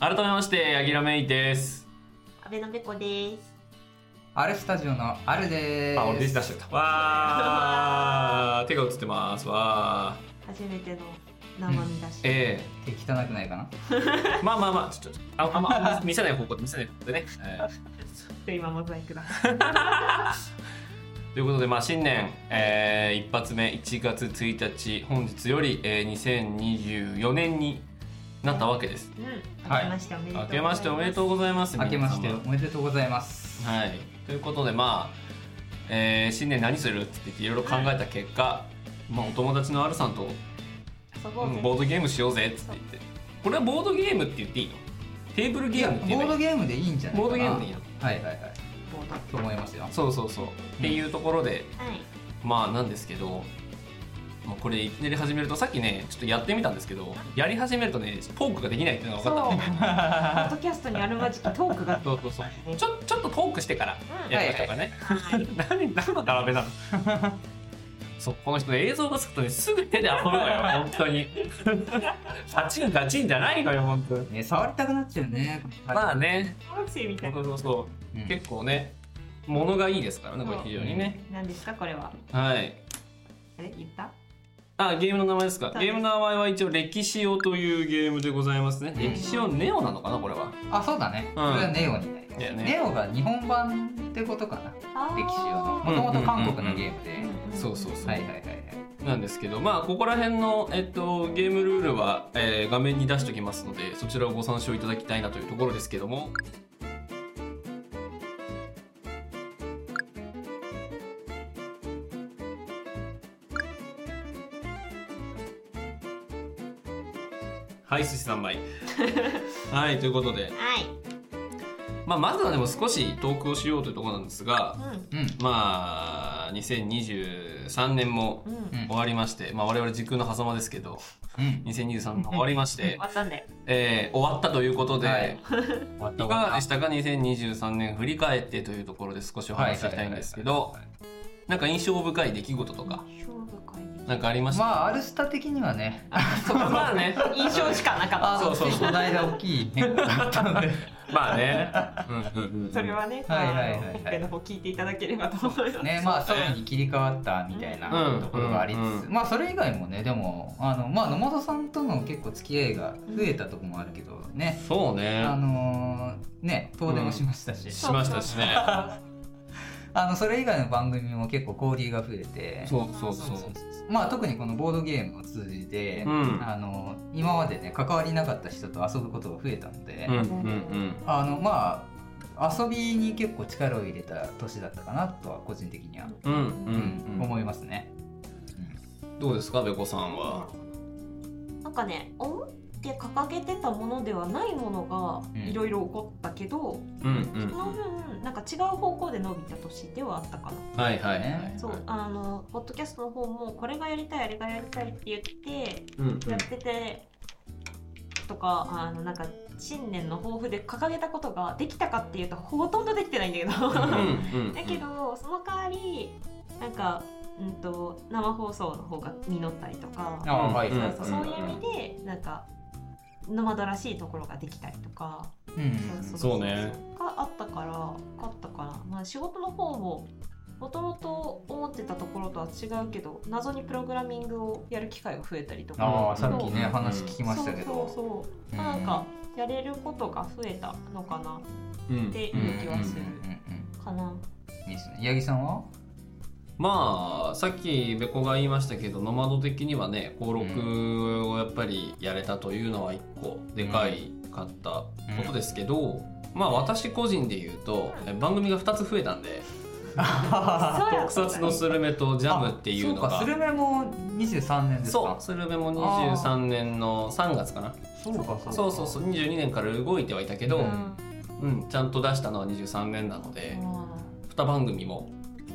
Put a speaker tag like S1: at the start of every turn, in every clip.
S1: 改めまして、あきらめいです。
S2: 阿部のべこです。
S3: アルスタジオのアルです。
S1: あ、俺デジ出しちゃった。わ ー、手が映ってます。わー。
S2: 初めての生身だし。
S1: え
S3: 手汚くないかな。
S1: えまあまあまあ、ちょっと、あ、あんま見せない方向で、見せない方向でね。ええ
S2: ちょっと今モザイクだ。
S1: ということで、まあ、新年、えー一発目1月1日本日より、えー2024年になったわけです
S2: うん。明
S3: はい
S2: けましておめでとう。
S1: 明けましておめでとう
S2: う。
S1: ございます
S3: 明けまして
S1: 皆様
S3: おめでとうございます。
S1: はいということでまあ、えー新年何するって言っていろいろ考えた結果、まあ、お友達のあるさんと
S2: そこ
S1: うんボードゲームしようぜって言ってこれはボードゲームって言っていいのテーブルゲームって言え
S3: ボー
S1: ば
S3: ド
S1: いい
S3: ゲームでいいんじゃないか
S1: ボ
S3: な。
S1: ードゲームでいいの
S3: はいはいはい。
S2: ボード。は
S3: と思いますよ。
S1: そうそうそう、っていうところで
S2: い。
S1: まあなんですけど、まあ、これいきなり始めるとさっきねちょっとやってみたんですけどやり始めるとねトークができないっていうのが
S2: そ
S1: 分
S2: う。
S1: か
S2: ポ
S1: ったんで
S2: ッドキャストにあるまじきトークが。
S1: そうそうそうちょちょっとトークしてから
S2: うん
S1: やりましょうかね、
S2: はい。
S1: 何何の並べなの そうこの人映像がつくとねすぐ手で遊ぶのよ本当に ガチンガチンじゃないのよ本当に
S3: ね触りたくなっちゃうね。
S1: まあ。ね
S2: 音声みたい
S1: そ
S2: な
S1: う。そうそう、
S3: うん
S1: 結構ね物がいいですからねこれ非常にね、
S2: 何ですかこれは。
S1: はい
S2: え言った？
S1: あ、ゲームの名前ですか
S2: そう。です
S1: ゲームの名前は一応歴史をというゲームでございますね。
S3: うん
S1: 歴史をネオなのかな、これは。
S3: あそうだね。これはネオになります。
S1: だよね
S3: ネオが日本版ってことかな。
S2: あー
S3: 歴史
S1: う
S3: を。も
S1: ん
S3: ともと韓国のゲームで。
S1: そうそうそう。
S3: はいはいはいはい。
S1: なんですけど、まあここら辺のえっとゲームルールは、えー画面に出しておきますので、そちらをご参照いただきたいなというところですけども。はい、寿司三昧。はい、ということで、
S2: はい。
S1: まあ、まずはでも少しトークをしようというところなんですが、
S2: うん
S3: うん。
S1: まあ2023年も
S2: うん。
S3: うん
S1: 終わりまして、まあ、我々時空の狭間ですけど
S3: うん。
S1: 2023年終わりまし
S2: 終
S1: て、
S2: わったんだよ。
S1: えー終わったということで、
S3: はいい、
S1: かがでしたか2023年振り返ってというところで少しお話ししたいんですけどなんか印象深い出来事とか
S2: 印象深い。
S1: なんかありまし
S3: ま
S1: た
S3: あアルスタ的にはね。
S1: まあね
S2: 印象しかなか
S3: あ
S2: っ
S1: そうそう
S3: つい この間大きい変化があったので。
S1: まあね、うんうんうんうん
S2: た。それはね、
S3: はいはいはいは
S2: あ
S3: い
S2: の本編の方聞いていただければと思います。
S3: ねまあソロに切り替わったみたい
S1: うん
S3: なところがありつつ、
S1: うん
S3: まあそれ以外もねでもあの、まあ、野本さんとの結構付き合いが増えたとこもあるけどね、
S1: そう
S3: あ
S1: ね
S3: のーね遠出もしましたし、
S1: しましたしね
S3: あのそれ以外の番組も結構交流が増えて
S1: そうそうそう
S3: まあ特にこのボードゲームを通じて、
S1: うん
S3: あの今までね関わりなかった人と遊ぶことが増えたので、
S1: うんうん
S3: あのまあ遊びに結構力を入れた年だったかなとは個人的には、
S1: うんうん
S3: う
S1: うんうん
S3: 思いますね。
S1: どうですかべこさんは
S2: なんかね思って掲げてたものではないもの
S3: う
S2: が
S3: ん
S2: いろいろ起こったけど、
S1: うんうん
S2: その分なんか違う方向で伸びた年ではあったかな、
S1: はいはいはい
S2: そうあのポッドキャストの方もこれがやりたいあれがやりたいって言って
S1: うんうん
S2: やってて、とかあのなんか新年の抱負で掲げたことができたかっていうとほとんどできてないん だけ
S1: う
S2: ど
S1: んうん
S2: だけどその代わりなんか、うん、と生放送の方が実ったりとか。
S3: あはい
S1: うん
S2: そうそうそういう意味でなんかノマドらしいところができたりとか、
S3: うん
S1: そうね
S2: があったからあったから、まあ、仕事の方ももともと思ってたところとは違うけど謎にプログラミングをやる機会が増えたりとか
S3: ああさっきね
S1: うん
S3: 話聞きましたけ
S2: そう
S3: ど
S2: そうそう
S3: うん
S2: なんかやれることが増えたのかな
S1: うん
S2: で
S1: うん
S2: 気はする
S3: うんうんうん
S2: かな
S3: うんいいですね八木さんは
S1: まあさっきべこが言いましたけどノマド的にはね登録をやっぱりやれたというのは一個でかいかったこと ですけど、まあ私個人で言うとえ番組が2つ増えたんで「特撮のスルメ」と「ジャム」っていうの
S3: あ
S1: が
S3: そうかスルメも23年です
S1: そ
S3: か
S1: うスルメも23年の3月かな
S3: そうかそうか
S1: そうそうそう22年から動いてはいたけど、
S3: う
S2: うん
S3: ん
S1: うん、ちゃんと出したのは23年なので、2番組も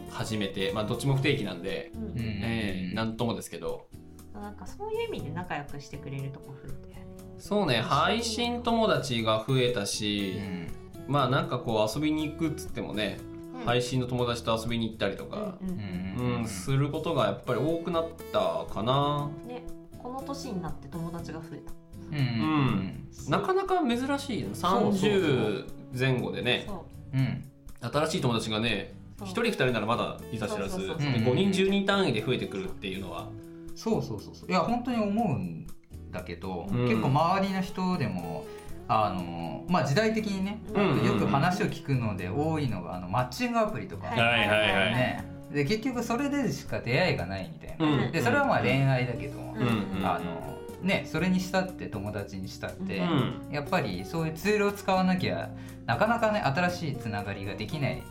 S1: 始めて、まあ、どっちも不定期なんで、
S2: うん
S3: うん
S1: えーなんともですけど
S2: なんかそういう意味で仲良くしてくれるとこ増えたよね
S1: そうね配信友達が増えた
S3: う
S1: し、
S3: ん
S1: まあなんかこう遊びに行くっつってもね、
S2: うん
S1: 配信の友達と遊びに行ったりとか、
S2: うんうん
S3: う
S1: うん
S3: ん
S1: することがやっぱり多くなったかな
S2: ね、この年になって友達が増えた
S3: うん
S1: なかなか珍しいよ
S3: そうそう
S1: 30前後でね
S2: そ
S3: うん
S1: 新しい友達がね
S2: う
S1: 1人2人ならまだいた知らず
S2: そうそうそう
S3: そう
S1: で5人10人単位で増えてくるっていうのは
S3: そうそうそうそういや本当に思うんだけど、
S1: うん
S3: 結構周りの人でもあのまあ時代的にね
S2: うんうんうん
S3: よく話を聞くので多いのがあのマッチングアプリとか、
S1: いはいはい
S3: ねで結局それでしか出会いがないみたいな、
S1: うん
S3: でそれはまあ恋愛だけど、
S2: うん
S1: うん
S3: あのねそれにしたって友達にしたって、
S1: う
S2: うん
S3: やっぱりそういうツールを使わなきゃなかなかね新しいつながりができない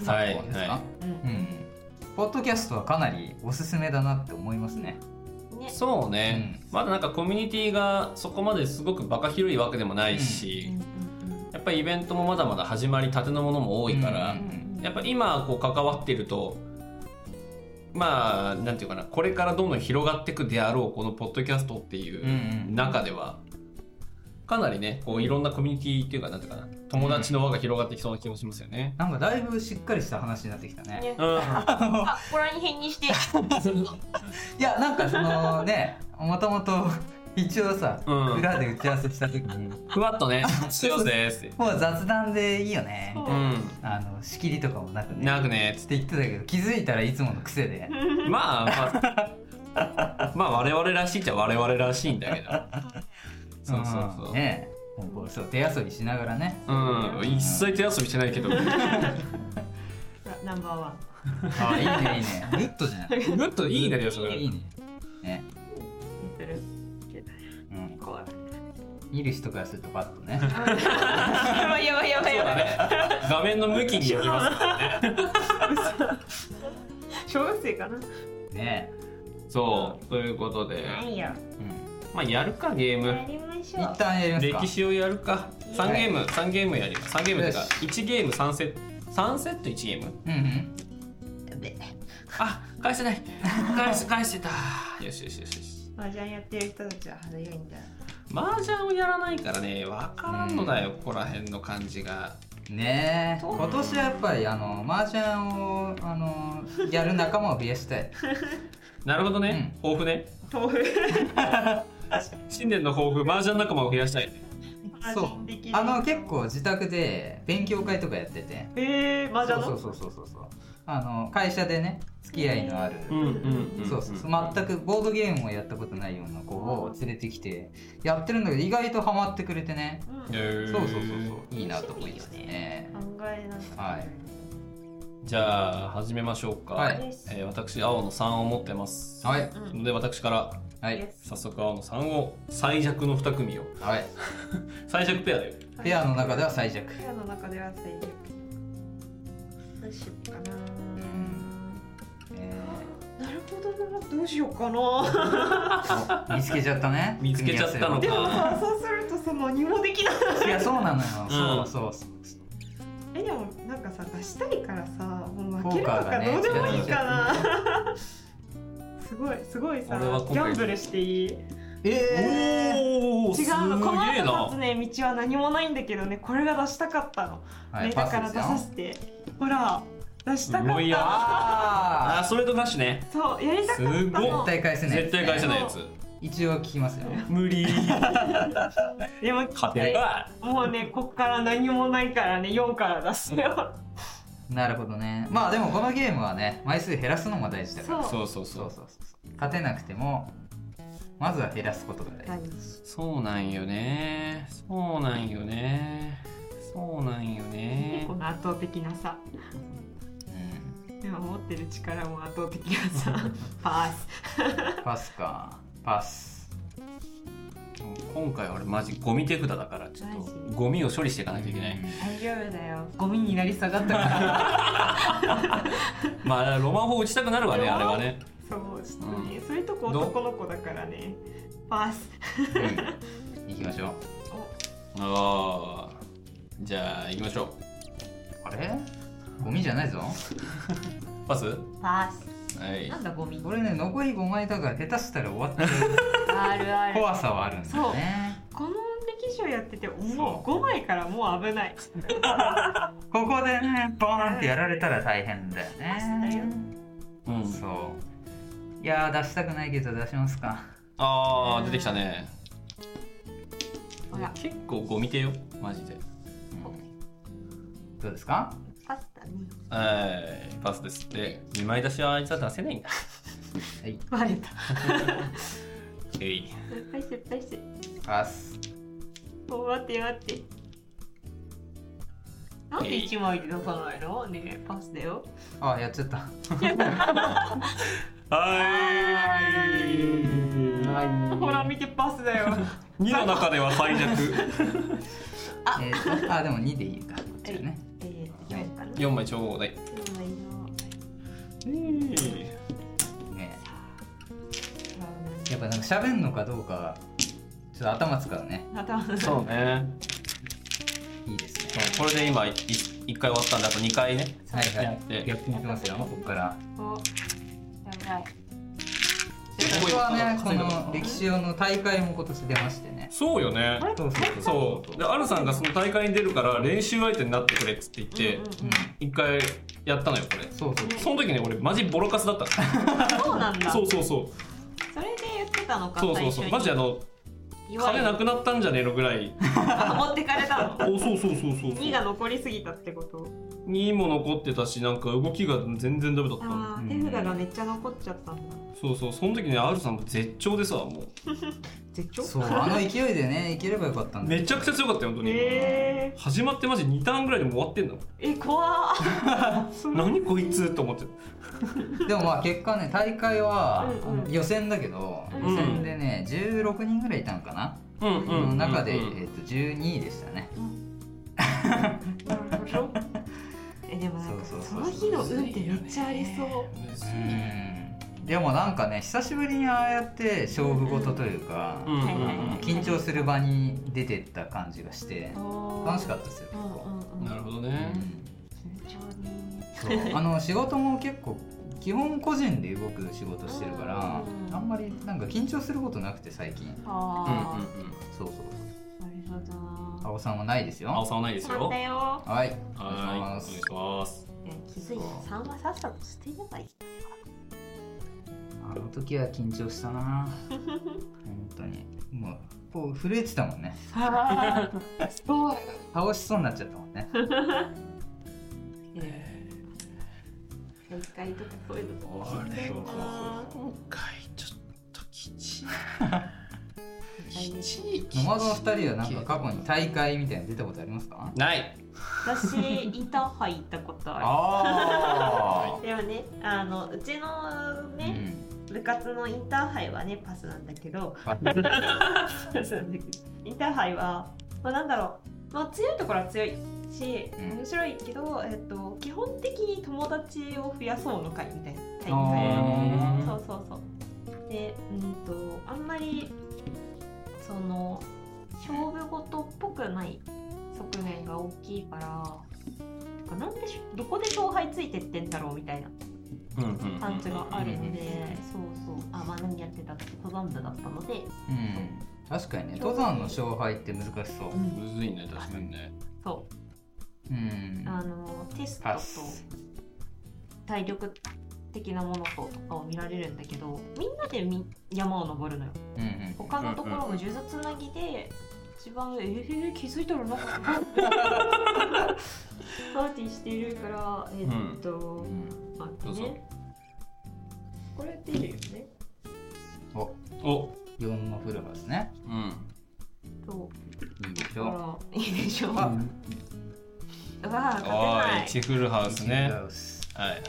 S2: うん
S1: はい
S3: 昨今ですか、
S1: は
S2: うん
S3: うん、ポッドキャストはかなりおすすめだなって思いますね。
S2: ね
S1: そうねまだなんかコミュニティがそこまですごくバカ広いわけでもないし
S2: うんうん
S1: やっぱりイベントもまだまだ始まりたてのものも多いから、
S2: うんうん
S1: やっぱ今こう関わってるとまあなんていうかなこれからどんどん広がっていくであろうこのポッドキャストってい
S3: うんう
S1: うん中ではかなりねこういろんなコミュニティっていうかなんていうかな友達の輪が広がってきそうな気もしますよね。
S3: なんかだいぶしっかりした話になってきたね。
S2: ね
S1: うん、
S2: あここら辺にして
S3: いやなんかそのねもともと一応さ、
S1: うん
S3: 裏で打ち合わせした時に
S1: ふわっとね「強せです」って
S3: もう雑談でいいよねみ
S1: う
S3: たい
S1: ん
S3: なあの仕切りとかもなくね
S1: なくね
S3: って言ってたけど気づいたらいつもの癖で
S1: まあまあまあ我々らしいっちゃ我々らしいんだけど そうそうそう、
S3: んねもうこうそう手遊びしながらね
S1: うん一切手遊びしてないけ ど
S2: ナンバーワン
S3: あいいねいいねグッドじゃない
S1: もっといいね それ
S3: いいねね、
S2: する
S3: うん、
S2: 怖い
S3: 見る人からするとパッと ね
S2: やばいやばいやば
S1: そ
S2: い
S1: う
S2: やば
S1: だ
S2: い
S1: ね。画面の向きによります からね。
S2: 小学生かな
S3: ね
S1: そう。ということで、
S2: いよ
S3: うん
S1: まあやるかゲーム。
S2: りまし
S3: 一旦やりますか
S1: 歴史をやるか。三ゲーム、三ゲームやります。三ゲームっていうか
S3: よ、
S1: 一ゲーム三セット。三セット一ゲーム。
S3: うんうん
S1: あ、返せ ない。返せ返してた。よしよしよしよし。
S2: 麻雀やってる人たちは早いんだよ
S1: 麻雀をやらないからね、わからんのだよ、ここら辺の感じが。
S3: ねえ
S2: そう
S3: 今年はやっぱりあの麻雀をあのやる仲間を増 やしたい
S1: なるほどね。抱負ね。
S2: 豆腐
S1: 新年の抱負、麻雀仲間を増やしたい。
S3: そうあの結構自宅で勉強会とかやってて
S2: えー、麻
S3: そ
S2: 雀
S3: う
S2: の
S3: そうそうそうそうそうあの会社でね付き合いのある、
S1: うんうんうん。
S3: そうそうそう全くボードゲームをやったことないような子を連れてきてやってるんだけど意外とハマってくれてね
S2: うん
S1: へ
S3: そ
S1: ー
S3: うそうそうそういいなと思いましたね
S2: 案外なんか
S3: はい
S1: じゃあ始めましょうか。
S3: はい
S2: です
S1: えー私青の3を持ってます。
S3: はい
S2: うん
S1: ので私から
S3: はい
S1: 早速青の3を最弱の2組を
S3: はい
S1: 最弱ペアで
S3: ペアの中では最弱
S2: ペアの中では最弱どうしようかな
S3: え
S2: なるほどなどうしようか な
S3: ーお見つけちゃったね
S1: 見つけちゃったの
S2: でもさそうするとさ何もできない
S3: いやそうなのよ、
S1: うん
S3: そうそうそう
S2: えでもなんかさ出したいからさもう
S3: ポ
S2: 負ける
S3: ー
S2: と
S3: カーが
S2: か
S3: ね
S2: どうでもいいかな、 すごいすごいさギ
S1: 俺は今回
S2: ャンブルしていい違う
S3: え
S1: おおすげ
S2: のこの
S1: え
S2: 後立つ
S1: な
S2: ね道は何もないんだけどねこれが出したかったの、
S3: ーはい
S2: ね、
S3: パ
S2: だ
S3: ス
S2: から
S3: で
S2: 出
S3: すよ
S2: させてほら出したか
S1: すごい
S2: っ
S1: や
S2: た
S1: あ
S3: あ
S1: ーそれとなしね
S2: そうやりたかった
S1: す
S3: ー
S1: ご
S2: の
S3: 絶対返せない
S1: 絶対返せないやつ
S3: 一応聞きますよ
S1: 無理
S2: でも
S1: 勝てるか
S2: もうねこっから何もないからね4から出すよ
S3: なるほどねまあでもこのゲームはね枚数減らすのも大事だから
S2: そう
S1: そうそうそ
S3: そう
S1: う
S3: そうそうそう勝てなくてもまずは減らすことが大事
S1: そうなんよねそうなんよねそうなんよね
S2: この圧倒的なさでも持ってる力も圧倒的なさ パ
S3: うんパスかパス
S1: 今回俺マジゴミ手札だからちょっ
S2: マジ
S1: とゴミを処理していかないといけない、
S2: ス大丈夫だよゴミになり下がったから
S1: まあロマン砲打ちたくなるわねあれはね
S2: そうちょっとね、そういうとこ男の子だからねパス
S3: うん行きましょう
S1: ああじゃあ行きましょう
S3: あれゴミじゃないぞ
S1: パスは
S2: パス
S1: い
S2: なんだゴミ
S3: これね残り5枚だから下手したら終わ っちゃ
S2: あるあ
S3: う怖さはあるんだよね
S2: この歴史をやってて
S3: そ
S2: も
S3: う
S2: う5枚からもう危ない
S3: ここでねボーンってやられたら大変だよ
S2: 出した
S3: ね
S2: よ
S1: うん
S3: そういやー出したくないけど出しますか
S1: あー出てきたね
S2: ほら
S1: 結構ゴミ系よマジで
S3: うんどうですか
S2: パスタね
S1: はいパスですって2枚出しはあいつは出せないんだ
S2: バレた
S1: えい
S2: 失敗失敗して
S3: パス
S2: お待って待ってなんで一枚で出さないのねえパスだよ
S3: あやっちゃった
S1: は
S2: ほら見てパスだよ
S1: い2の中では最 弱
S3: えーとあでも2でいいかこっちはね
S2: えーっと4かな
S1: 4枚ちょうだい
S2: 四枚の
S3: ねやっぱなんか喋んのかどうかがちょっと頭使うね
S2: 頭の
S1: そうね
S3: いいですね
S1: これで今1回終わったんであと2回ね
S3: はいは
S1: で
S3: いやっていきますよここから
S2: おやばい
S3: 僕はねこ
S1: こ
S3: の歴史用の大会も今年出ましてね
S1: そうよね
S3: そうそうそう
S1: そうでアルさんがその大会に出るから練習相手になってくれっつって言って
S2: うん
S3: う
S2: うん
S3: ん
S1: 1回やったのよこれ
S3: そうそう
S1: その時ね俺マジボロカスだったの
S2: うんそうなんだ
S1: そうそうそう
S2: それで言ってたのか
S1: そうそうそうマジあの金なくなったんじゃねえのぐらい
S2: な持ってかれたの
S1: おそうそうそうそう
S2: 2が残りすぎたってこと
S1: 2も残ってたしなんか動きが全然ダメだったの
S2: あ
S3: う
S2: あ
S3: ん
S2: 手札がめっちゃ残っちゃったんだ
S1: そうそうその時ねアルさんも絶頂でさも
S2: 絶頂
S3: そうあの勢いでねいければよかった
S1: うん
S3: だけど
S1: めちゃくちゃ強かったよ本当に、
S2: え
S1: 始まってマジ2ターンぐらいでもう終わってんだもん
S2: ー、え怖っ そう
S1: 何こいつと思って
S3: でもまあ結果ね大会は
S2: うんうん
S3: あの予選だけど
S2: うん
S3: 予選でね16人ぐらいいたのかな
S1: うんうん
S3: その中でえ
S1: うんうん
S3: っと12位でしたね
S2: なるほどえでもなんか
S3: そ
S2: そう
S3: そうそう
S2: の日の運ってめっちゃありそう
S3: うんでもなんかね久しぶりにああやって勝負事というか
S1: うんうんうん
S3: あの緊張する場に出てった感じがして楽しかったですよ
S2: たう
S3: 結
S2: ん
S3: 構
S2: うんうん
S1: なるほど
S3: う
S1: ね、
S3: ん
S2: 緊張ね
S3: そうあの仕事も結構基本個人で動く仕事してるから
S2: うん
S3: あんまりなんか緊張することなくて最近
S2: あー
S1: うんうん
S3: そうそう
S2: なるほど
S3: 青さんはないです
S1: 青
S3: よ
S1: さはないです
S2: そう
S1: よ
S2: だよ
S3: はい
S1: はいお願いします
S2: いや気づいた三はさっさと捨てればいい
S3: あの時は緊張したな本当にもうこう震えてたもんね
S2: ああそう
S3: 倒しそうになっちゃったもんね
S2: 大会とかそういうのも聞きたいな
S1: 回ちょっときちい
S3: ノマドの2人はなんか過去に大会みたいなの出たことありますか
S1: ない
S2: 私インターハイ行ったことあ
S3: あ
S2: るでもねあのうちの
S3: う
S2: ね、
S3: ん
S2: 部活のインターハイはねパスなんだけどパスなんだけど インターハイは、まあ、なんだろう、まあ、強いところは強いし
S3: うん
S2: 面白いけど、えっと、基本的に友達を増やそうの会みたいな大会
S3: あー
S2: そうそうそう。で、うんと、あんまり。その。勝負事っぽくない。側面が大きいから。てかなんでしどこで勝敗ついてってんだろうみたいな
S1: うんうんうん
S2: 感じがある
S3: うん
S2: ので、そうそうあまあ何やってたって登山部だったので
S3: うん確かにね登山の勝敗って難しそう
S1: むずいね確かにね
S2: そ
S3: うん
S2: うあのテストと
S3: パス
S2: 体力的なものとかを見られるんだけどみんなでみ山を登るのよ
S3: うんうん
S2: 他のところも数珠つなぎで一番「えー、気づいたらなんかパーティーしてるからえーっと、待って
S1: どうぞ
S2: ねこれ出るよね
S3: お
S1: お
S3: 4のフルハウスね
S1: うん
S2: そ
S3: いいでし
S2: う
S3: ょ
S2: あらいいでしょう
S3: あ
S2: わあ勝てな
S1: あ
S2: い
S1: 1フルハウスね
S3: フルハウス
S1: はいはいはい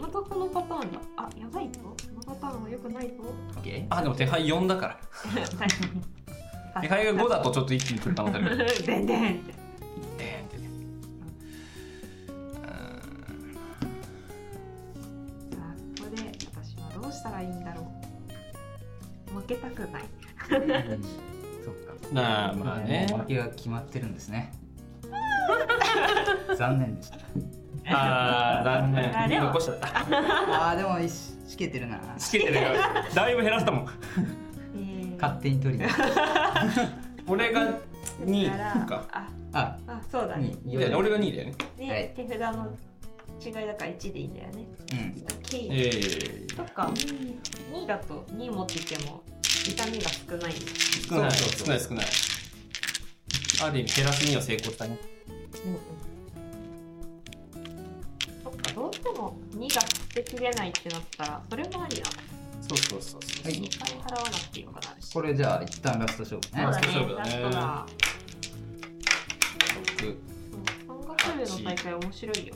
S2: またこのパターンだあやばいぞこのパターンはよくないぞ
S3: オッケー
S1: あでも手配4だか
S2: 確かに
S1: ら手配が5だとちょっと一気にくる可能性あ るから
S2: でんでん
S1: でんってねうん
S2: さあここで私はどうしたらいいんだろう負けたくない
S3: そっか
S1: なあまあね
S3: もう負けが決まってるんですね 残念でした
S1: あー残
S2: あで
S1: 念
S2: も
S1: 残しちゃった
S3: あーでもいししけてるな
S1: つけてるよだいぶ減らしたもん
S2: えー
S3: 勝手に取りに
S1: 俺が2
S2: だら
S1: か
S2: あ
S3: あ
S2: あそうだね
S3: に
S1: だよね俺が2だよね
S2: で、
S3: はい
S2: 手札の違いだから1でいいんだよね。
S3: うん
S2: 経緯
S1: え
S2: とか2だと2持ってても痛みが少ない
S1: ー、少ない
S3: そうそうそう
S1: 少ない少ないある意味減らすには成功したね
S2: そっかどうしても2が捨てきれないってなったらそれもありだ
S1: そうそうそうそう
S3: はい
S2: 2回払わなくていいのかな
S3: これじゃあ一旦ラスト勝負ね
S1: まあ
S2: そうだね
S1: そうだ
S2: ラ
S1: ね
S2: ストだ
S1: 六
S2: うん山岳部の大会面白いよ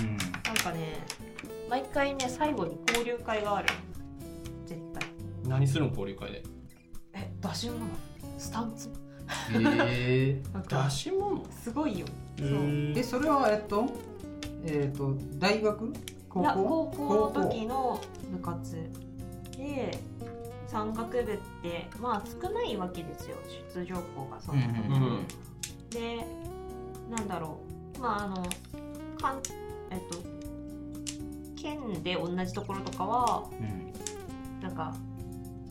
S3: うん
S2: なんかね毎回ね最後に交流会がある絶対
S1: 何するの交流会で
S2: え出し物スタンツ
S3: え
S2: なんか
S1: 出し物
S2: すごいよそう
S3: えそれはえっとえっと大学
S2: い
S3: 高
S2: や
S3: 校
S2: 高校の時の部活で山岳部ってまあ少ないわけですよ出場校がそんなに、
S3: うん
S1: うん
S2: でなんだろうまああのかんえっと県で同じところとかは
S3: うん
S2: なんか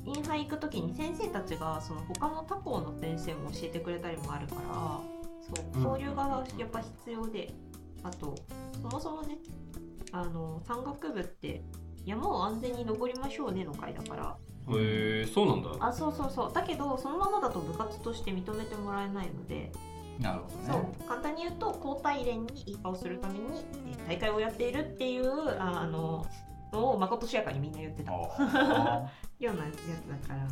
S2: インハイ行く時に先生たちがその他の他校の先生も教えてくれたりもあるからそう
S1: うん
S2: 交流がやっぱ必要で、あとそもそもねあの山岳部って山を安全に登りましょうねの会だから
S1: へえそうなんだ
S2: あそうそうそうだけどそのままだと部活として認めてもらえないので
S3: なるほどね
S2: そう簡単に言うと交代連にいい顔するためにえー大会をやっているっていうああののをまことしやかにみんな言ってたよ
S3: あ
S2: うなやつだから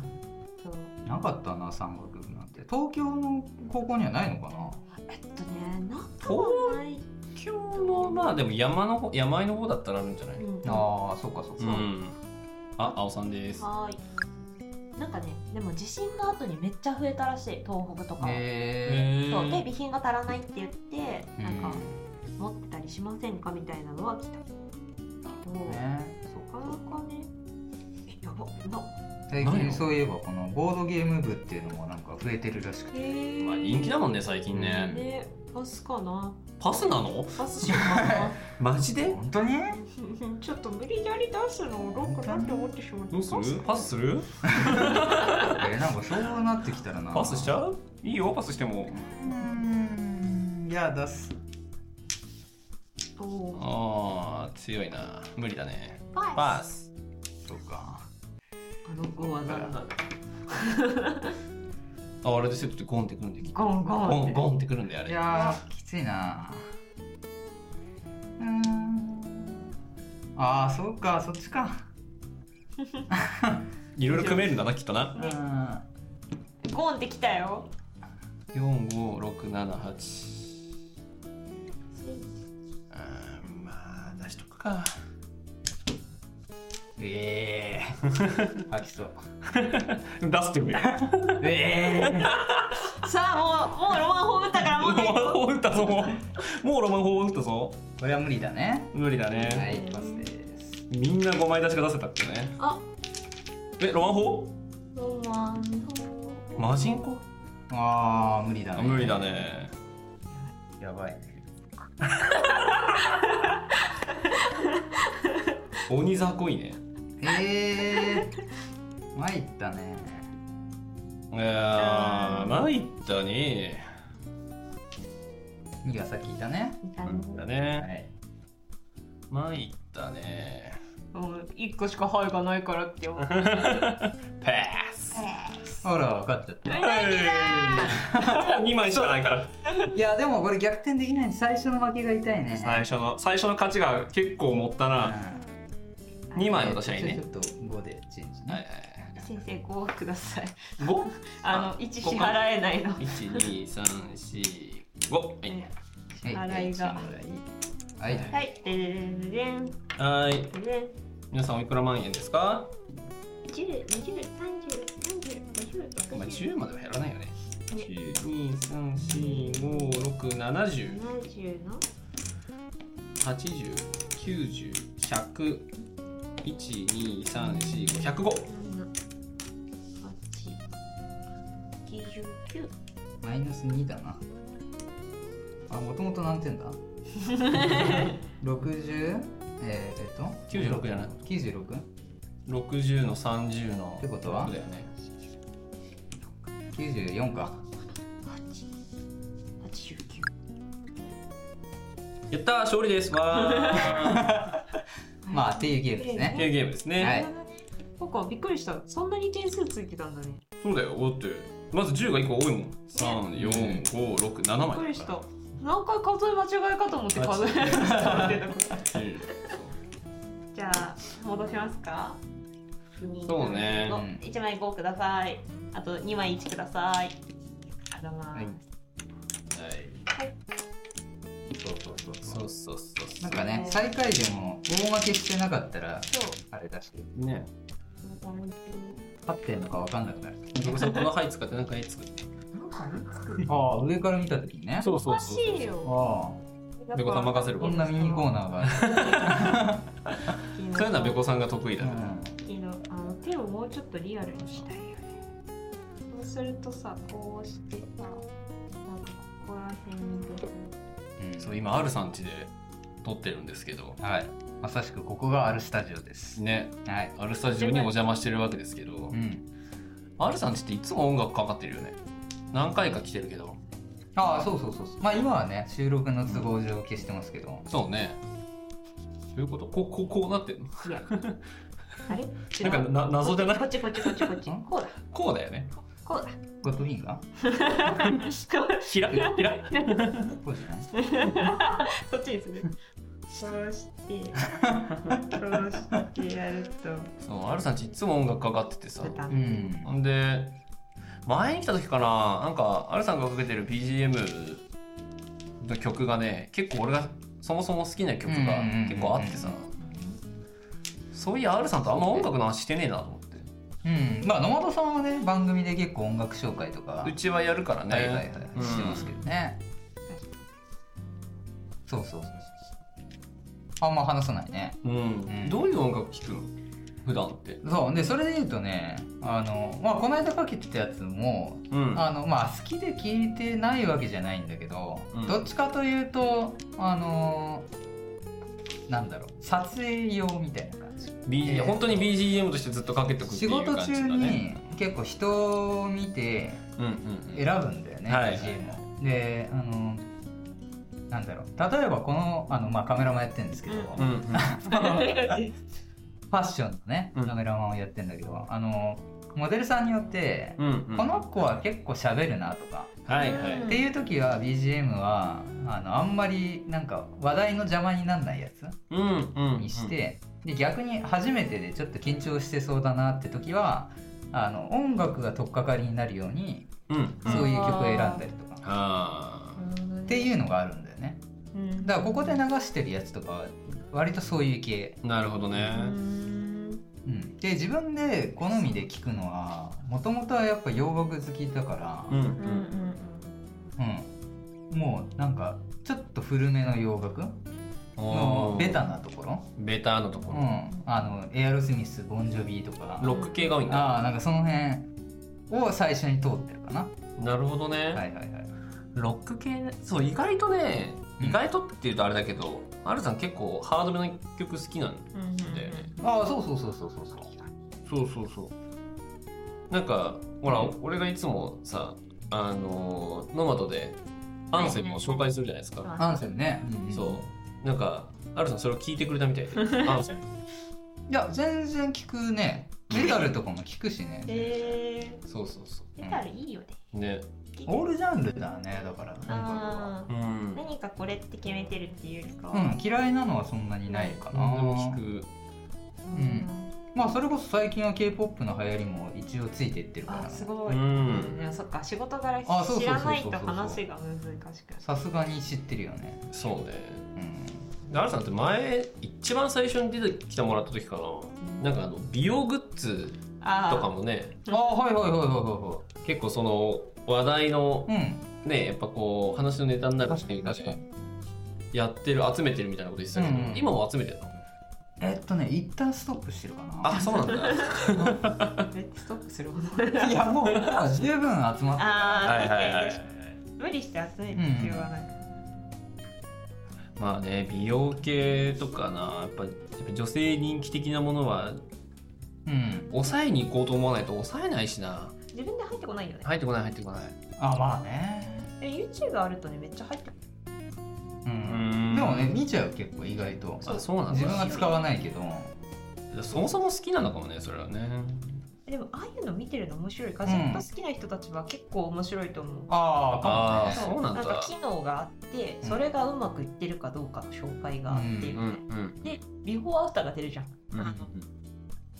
S2: そう
S3: ーなかったな山岳部なんて東京の高校にはないのかな
S2: えっとねなんともない、
S1: 今日のまあでも山の方山あいの方だったらあるんじゃない
S2: うん
S3: ああそっかそっか、
S1: うんあ青さんです
S2: はーいなんかねでも地震の後にめっちゃ増えたらしい東北とかは、
S3: え
S1: へ
S2: そうで
S1: ー
S2: 備品が足らないって言って
S3: ー、
S2: なん
S3: う
S2: か持ってたりしませんかみたいなのは来たけど
S3: ん
S2: な
S3: ねそ
S2: か
S3: う
S2: なかねえやばな
S3: 最
S1: ない
S3: 近
S1: の
S3: そういえばこのボードゲーム部っていうのもなんか増えてるらしくて
S2: へえ
S1: まあ人気だもんね最近ね
S2: ね、パスかな。
S1: パスなの
S2: パスしようかな。
S1: マジで
S3: 本当に
S2: ちょっと無理やり出すのどうかなって思ってしまった。
S1: どうするパスする
S3: えーなんかそうなってきたらな
S1: パスしち
S3: う
S1: ゃういいよパスしても
S3: ーんいや出す
S2: お
S1: あー強いな無理だね
S2: パ
S1: パ
S2: ス。
S1: ス
S3: そうか
S2: あの子はなんだろう。
S1: ああれでセットってゴンってくるんでき
S2: ゴンゴ
S1: ゴ
S2: ンって
S1: ンゴンってくるんだよあ
S3: い
S1: れ
S3: やーきついなうーんああそうかそっちか
S1: いろいろ組めるんだなきっとな
S2: ね
S3: う
S2: ゴンってきたよ。
S1: 45678うんまあ出しとくか
S3: んええー、吐きそう
S1: 出すってくれ
S3: ええー、
S2: さあもうもうロマンホームだからも
S1: ロ
S2: うね。
S1: マン砲打ったぞもうロマン砲打ったぞ
S3: これは無理だね
S1: 無理だ
S3: は
S1: ね
S3: いパスです
S1: みんな5枚出しが出せたっけね
S2: あ、
S1: えロマン砲
S2: ロマンホーム。
S1: マジンコ
S3: ああ無理だ
S1: あ
S3: ね
S1: 無理だね
S3: やばいね
S1: 鬼雑魚いね
S3: ええー、参ったね
S1: いやー参ったね
S3: 2がさっきいたね
S1: だ
S3: は
S1: ね
S3: い
S1: 参ったね
S2: うん、一個しか牌がないからってよ。
S1: パス
S3: ほら分かっちゃった
S1: 2枚しかないから
S3: いやでもこれ逆転できないんで最初の負けが痛いね
S1: 最初の最初の勝ちが結構持ったな2枚落としゃいいね
S3: ちょっと5でチェンジ
S1: はいは
S3: ね
S2: 先生ゴンください。
S1: いはい
S2: あの一支払えないの。
S1: 5?1234 は
S2: ね
S1: い
S2: 払いが
S3: はい
S2: はい。ででででん
S1: はーい
S2: ででん。
S1: 皆さんおいくら万円ですか
S2: 十、二十、三十、四十、
S1: まあ
S2: 五十、
S1: 10までは減らないよね
S2: ね
S1: 123456708090100
S2: 六十、七十の。
S1: 1234505
S2: 七、八、九十九。
S3: マイナス2だなあもともと何点だ60えー、えっと
S1: 96じゃない
S3: 96?96
S1: 60の30の
S3: ってことは
S1: だよね
S3: 94か
S2: 八。八十九。
S1: やったー勝利ですわー
S3: まあっていうゲームです
S1: っ
S3: ね
S1: ていうゲームですね、
S3: はい
S2: なんかびっくりしたそんなに点数ついてたんだね
S1: そうだよだってまず10が1個多いもん3456
S2: びっく
S1: 枚
S2: りした何回数え間違いかと思って数え間違えた
S1: うん
S2: じゃあ戻しますか
S1: そうね
S2: の一枚5くださいあと二枚1くださいありがとうございます、
S1: はい
S3: そうそうそうそう
S1: そうそうそうそ
S3: なんかね最下位でも大負けしてなかったら
S2: そう
S3: あれだし
S1: うね
S2: この感じ
S3: 勝ってんのか分かんなくなる
S1: 結局さこの灰使ってなんか絵作って
S2: なんか
S3: ああ上から見た時にね
S1: そう
S2: おかしいよ
S3: あ
S1: べこさん任せる
S3: あ
S1: か
S3: こんなミニコーナーがある、
S2: せ
S1: そういうのはべこさんが得意だ
S3: う
S1: ね
S3: ん
S2: あの手をもうちょっとリアルにしたいよねそうするとさこうしてさなんかここら辺に出て
S3: うん
S1: そう今 R さん家で撮ってるんですけど
S3: はいまさしくここがあるスタジオです
S1: ね
S3: はい、
S1: アルスタジオにお邪魔してるわけですけど
S3: うん、
S1: アルさん家っていつも音楽かかってるよね何回か来てるけど
S3: ああそうそうそうそうまあ今はね収録の都合上消してますけど、
S1: そうねどういうことこここうなってんの
S2: いやあれ 違
S1: な
S2: うん
S1: かな謎じゃない
S2: こっちこっちこっちこっちこうだ
S1: こうだよ ね
S2: こうだ
S3: ゴッドフィンガー
S1: ひらひらひら
S3: こうじゃない
S2: そっちにするそうしてそうしてやると
S1: そうアルさん家いつも音楽かかっててさ
S2: 豚
S3: うん
S1: ほんで前に来た時かななんかアルさんがかけてる BGM の曲がね結構俺がそもそも好きな曲が
S3: うんうんうんうん
S1: 結構あってさそういやアルさんとあんま音楽の話してねえなと思って
S3: うんまあ野本さんはね番組で結構音楽紹介とか
S1: うちはやるからね
S3: はいはいはいしてますけどね、そうそうそうそうあんま話さないね
S1: うん、
S3: うん
S1: どういう音楽聴くの普段って
S3: そうでそれで言うとねあの、まあ、この間かけてたやつも
S1: うん
S3: あのまあ好きで聞いてないわけじゃないんだけど、
S1: うん
S3: どっちかというとあのなんだろう撮影用みたいな感じ
S1: BG 本当に BGM としてずっとかけておくってい
S3: 仕
S1: う感じ
S3: 事
S1: だね
S3: 中に結構人を見て
S1: うんうんうん
S3: 選ぶんだよね、
S1: はい
S3: BGM をであのなんだろう例えばこのあの、まあ、カメラマンやってるんですけど、
S1: うんうん
S3: ファッションのね
S1: うん
S3: カメラマンをやってるんだけど、あのモデルさんによって、
S1: うんうん
S3: この子は結構喋るなとか、
S1: はいはい
S3: っていう時は BGM はあのあんまりなんか話題の邪魔にならないやつ
S1: うんうん
S3: にして、で逆に初めてでちょっと緊張してそうだなって時はあの音楽が取っかかりになるように
S1: うんうん
S3: そういう曲を選んだりとか、
S1: あ
S3: っていうのがあるんだよね
S2: うん
S3: だからここで流してるやつとかは割とそういう系、
S1: ーなるほどね
S2: うん
S3: うん、で自分で好みで聞くのはもともとはやっぱ洋楽好きだか
S1: う
S3: ら
S1: んう
S2: うんうんん
S3: うん、もうなんかちょっと古めの洋楽のベタなところ
S1: ベタのとこ
S3: う
S1: ろ、
S3: ん、あのエアロスミスボンジョビーとか
S1: ロック系が多いんだ
S3: ああなんかその辺を最初に通ってるかなは
S1: なるほどね、
S3: いはいはい
S1: ロック系ねそう意外とね
S3: うん
S1: 意外とっていうとあれだけど、アルさん結構ハードめの曲好きなん
S2: うんうん
S1: だよね
S3: ああそうそうそうそうそうそう
S1: そうそうそうなんかほら、
S3: うん
S1: 俺がいつもさあのーノマドでアンセムを紹介するじゃないですか、
S2: はい
S3: アンセムね、
S1: そうなんかアルさんそれを聞いてくれたみたいでアンセム
S3: うんいや全然聞くねメタルとかも聞くしね
S2: え
S1: そうそうそ
S2: ー出たらいいよね
S1: うね
S3: オールジャンルだねだから音楽は
S2: あ
S1: う
S2: ー
S1: ん
S2: 何かこれって決めてるっていうよりか
S3: う
S2: は
S3: ん嫌いなのはそんなにないかな
S1: 何でも聞く
S3: んまあそれこそ最近は k p o p の流行りも一応ついてってるか
S2: あ
S3: ら
S2: すごい
S1: うん
S2: いやそっか仕事柄
S3: あそうそうそうそうそう
S2: 知らないと話が難しくなる
S3: さすがに知ってるよね
S1: そうね
S3: うん
S1: でアルさんって前一番最初に出てきてもらった時かななんかあの美容グッズ
S2: あー
S1: とかもね
S3: ああはいはいはいはいは
S1: 結構その話題の
S3: いはいうん
S1: ねやっぱこう話のネタになるしやってる集めてるみたいなこと言ってたけど、
S3: うんうん
S1: 今も集めてるの
S3: えっとね一旦ストップしてるかな
S1: あそう なんだ
S2: えストップするほど
S3: いやもう今十分集まってる
S2: あー
S1: はいはいは
S2: 確
S1: い
S2: かに無理して集める必要はない、
S1: まあね美容系とかなやっぱやっぱ女性人気的なものは
S3: うん
S1: 抑えに行こうと思わないと抑えないしな
S2: 自分で入ってこないよね、
S1: 入ってこない入ってこない
S3: あまあね
S2: え YouTube あるとねめっちゃ入ってくる
S3: う
S1: うんん
S3: でもね見ちゃう結構意外と
S1: あそうなんだ
S3: 自分は使わないけど
S1: そもそも好きなのかもねそれはね
S2: でもああいうの見てるの面白いガジェット好きな人たちは結構面白いと思う、
S3: あ
S1: あ
S3: あ
S1: ー
S3: かもね
S1: そうなんだ
S2: か機能があってそれがうまくいってるかどうかの紹介があってみたい
S1: うん
S2: な、
S1: うん
S2: でビフォーアフターが出るじゃん
S1: うん
S2: あ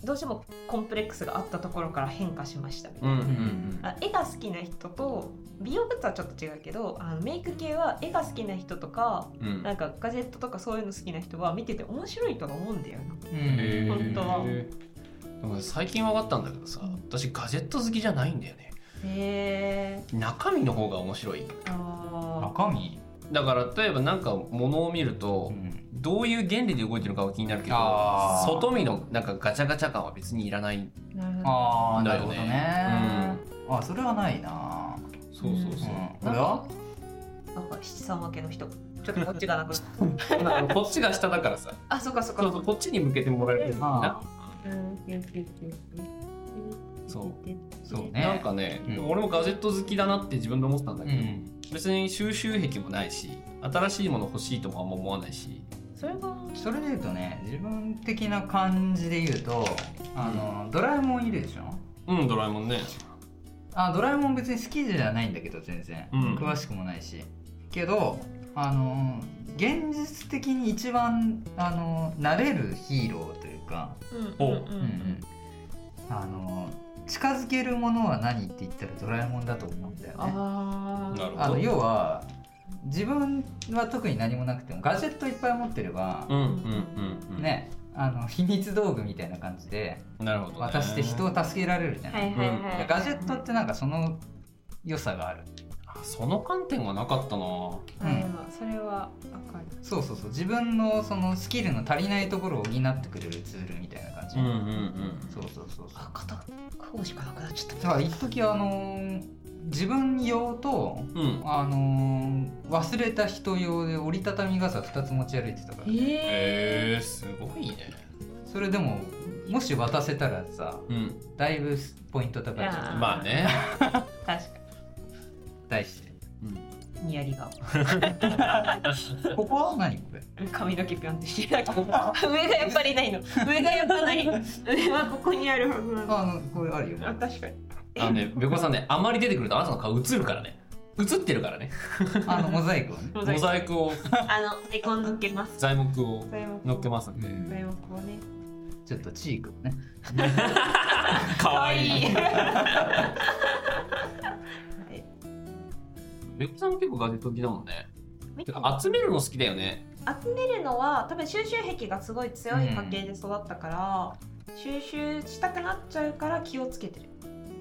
S2: どうしてもコンプレックスがあったところから変化しましたみた
S1: う
S2: い
S1: ん
S2: な、
S1: うんうん
S2: あ絵が好きな人と美容グッズはちょっと違うけどあのメイク系は絵が好きな人とか
S1: うん
S2: なんかガジェットとかそういうの好きな人は見てて面白いとは思うんだよな
S3: うん
S1: へー
S2: 本当は
S1: でも最近分かったんだけどさ私ガジェット好きじゃないんだよね
S2: へえ
S1: 中身の方が面白い
S2: あ
S3: 中身、
S1: だから例えばなんか物を見ると、
S3: うん
S1: どういう原理で動いてるかは気になるけど
S3: あー
S1: 外見のなんかガチャガチャ感は別にいらない
S2: ーなるほど
S3: ああな
S1: だ
S3: る
S1: よ
S3: ほど
S1: ね
S3: ねあそれはないな、
S1: そうそうそうう、
S3: ん、俺は
S2: なんか七三分けの人ちょっとこっちがなく なった
S1: なんかこっちが下だからさ
S2: あそうかそうか
S1: そうそうこっちに向けてもらえるといいな
S3: あ
S2: うんうんうんうん
S1: そう
S3: そうね
S1: なんかね、
S3: うん
S1: 俺もガジェット好きだなって自分で思ってたんだ
S3: う
S1: けど、
S3: ん
S1: 別に収集癖もないし新しいもの欲しいともあんま思わないし
S2: それが
S3: それで言うとね自分的な感じで言うとあの、ドラえもんいるでしょ
S1: うんドラえもんね
S3: あドラえもん別に好きじゃないんだけど全然、
S1: うん
S3: 詳しくもないしけどあの現実的に一番あのなれるヒーローというか、
S2: うん
S1: お
S2: うん
S1: う
S2: う
S3: うん
S2: ん
S3: あの近づけるものは何って言ったらドラえもんだと思うんだよね。
S2: あー
S1: なるほど
S3: あの要は自分は特に何もなくてもガジェットいっぱい持ってれば
S1: う、んうんうんうん
S3: ねあの秘密道具みたいな感じで
S1: なるほど、ね、
S3: 渡して人を助けられるじゃない、
S2: はいはいはいはい
S3: ガジェットってなんかその良さがある。
S1: あその観点はなかったな
S2: はいまあそれはわかる
S3: そうそうそう自分のそのスキルの足りないところを補ってくれるツールみたいな感じ、
S1: うんうんうん
S3: そうそうそうそう
S2: あ肩こうしかなくなっちゃっ
S3: だから一時あのー自分用と
S1: うん
S3: あのー忘れた人用で折りたたみ傘2つ持ち歩いてたから、
S2: ええ
S1: えー、すごいね
S3: それでももし渡せたらさ
S1: うん
S3: だいぶポイント高いじゃ
S2: あ
S3: ん
S2: ー
S1: まあね、
S2: 確か
S3: 対して
S1: うん、
S2: にニヤ リ顔
S3: ここは何これ
S2: 髪の毛ピョンってしてるだけ上 がやっぱりないの上がやっぱない上はここにあるはず なの
S3: あのこれあるよ
S2: あ確かに
S1: あのねべこさんねあんまり出てくるとあなたの顔映るからね映ってるからね
S3: あのモザイクを ね、
S1: モザイクを
S2: あのエコンのっけます
S1: 材木を
S2: 材木
S1: 乗っけます
S2: 材木をね
S3: ちょっとチークをね
S1: か
S2: 可愛いはい
S1: べこさんも結構ガジェット好きだもんね
S2: 見
S1: て
S2: て
S1: か集めるの好きだよね
S2: 集めるのは多分収集癖がすごい強い家系で育ったから、収集したくなっちゃうから気をつけてる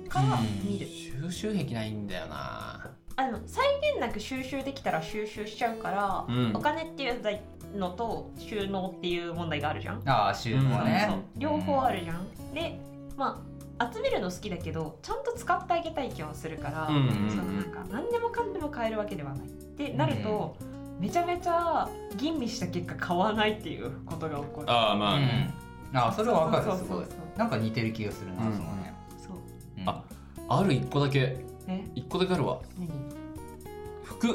S2: から
S3: うん
S2: 見る、
S1: 収集癖ないんだよな
S2: あの際限なく収集できたら収集しちゃうから、
S1: うん
S2: お金っていうのと収納っていう問題があるじゃん、
S3: ああ収納
S2: そう
S3: ね、
S2: 両方あるじゃん、でまあ集めるの好きだけどちゃんと使ってあげたい気はするから、
S1: うんうんうん
S2: そのなんか何でもかんでも買えるわけではないってなると、めちゃめちゃ吟味した結果買わないっていうことが起こる
S1: ああまあね、
S3: うんああそれはわかるす
S2: そうそう
S3: ご
S2: そう
S3: い
S2: そう
S3: なんか似てる気がするな、
S1: うん
S3: そのね、
S2: そう
S3: うん
S1: あある一個だけ
S2: え
S1: 一個だけあるわ
S2: 何
S1: 服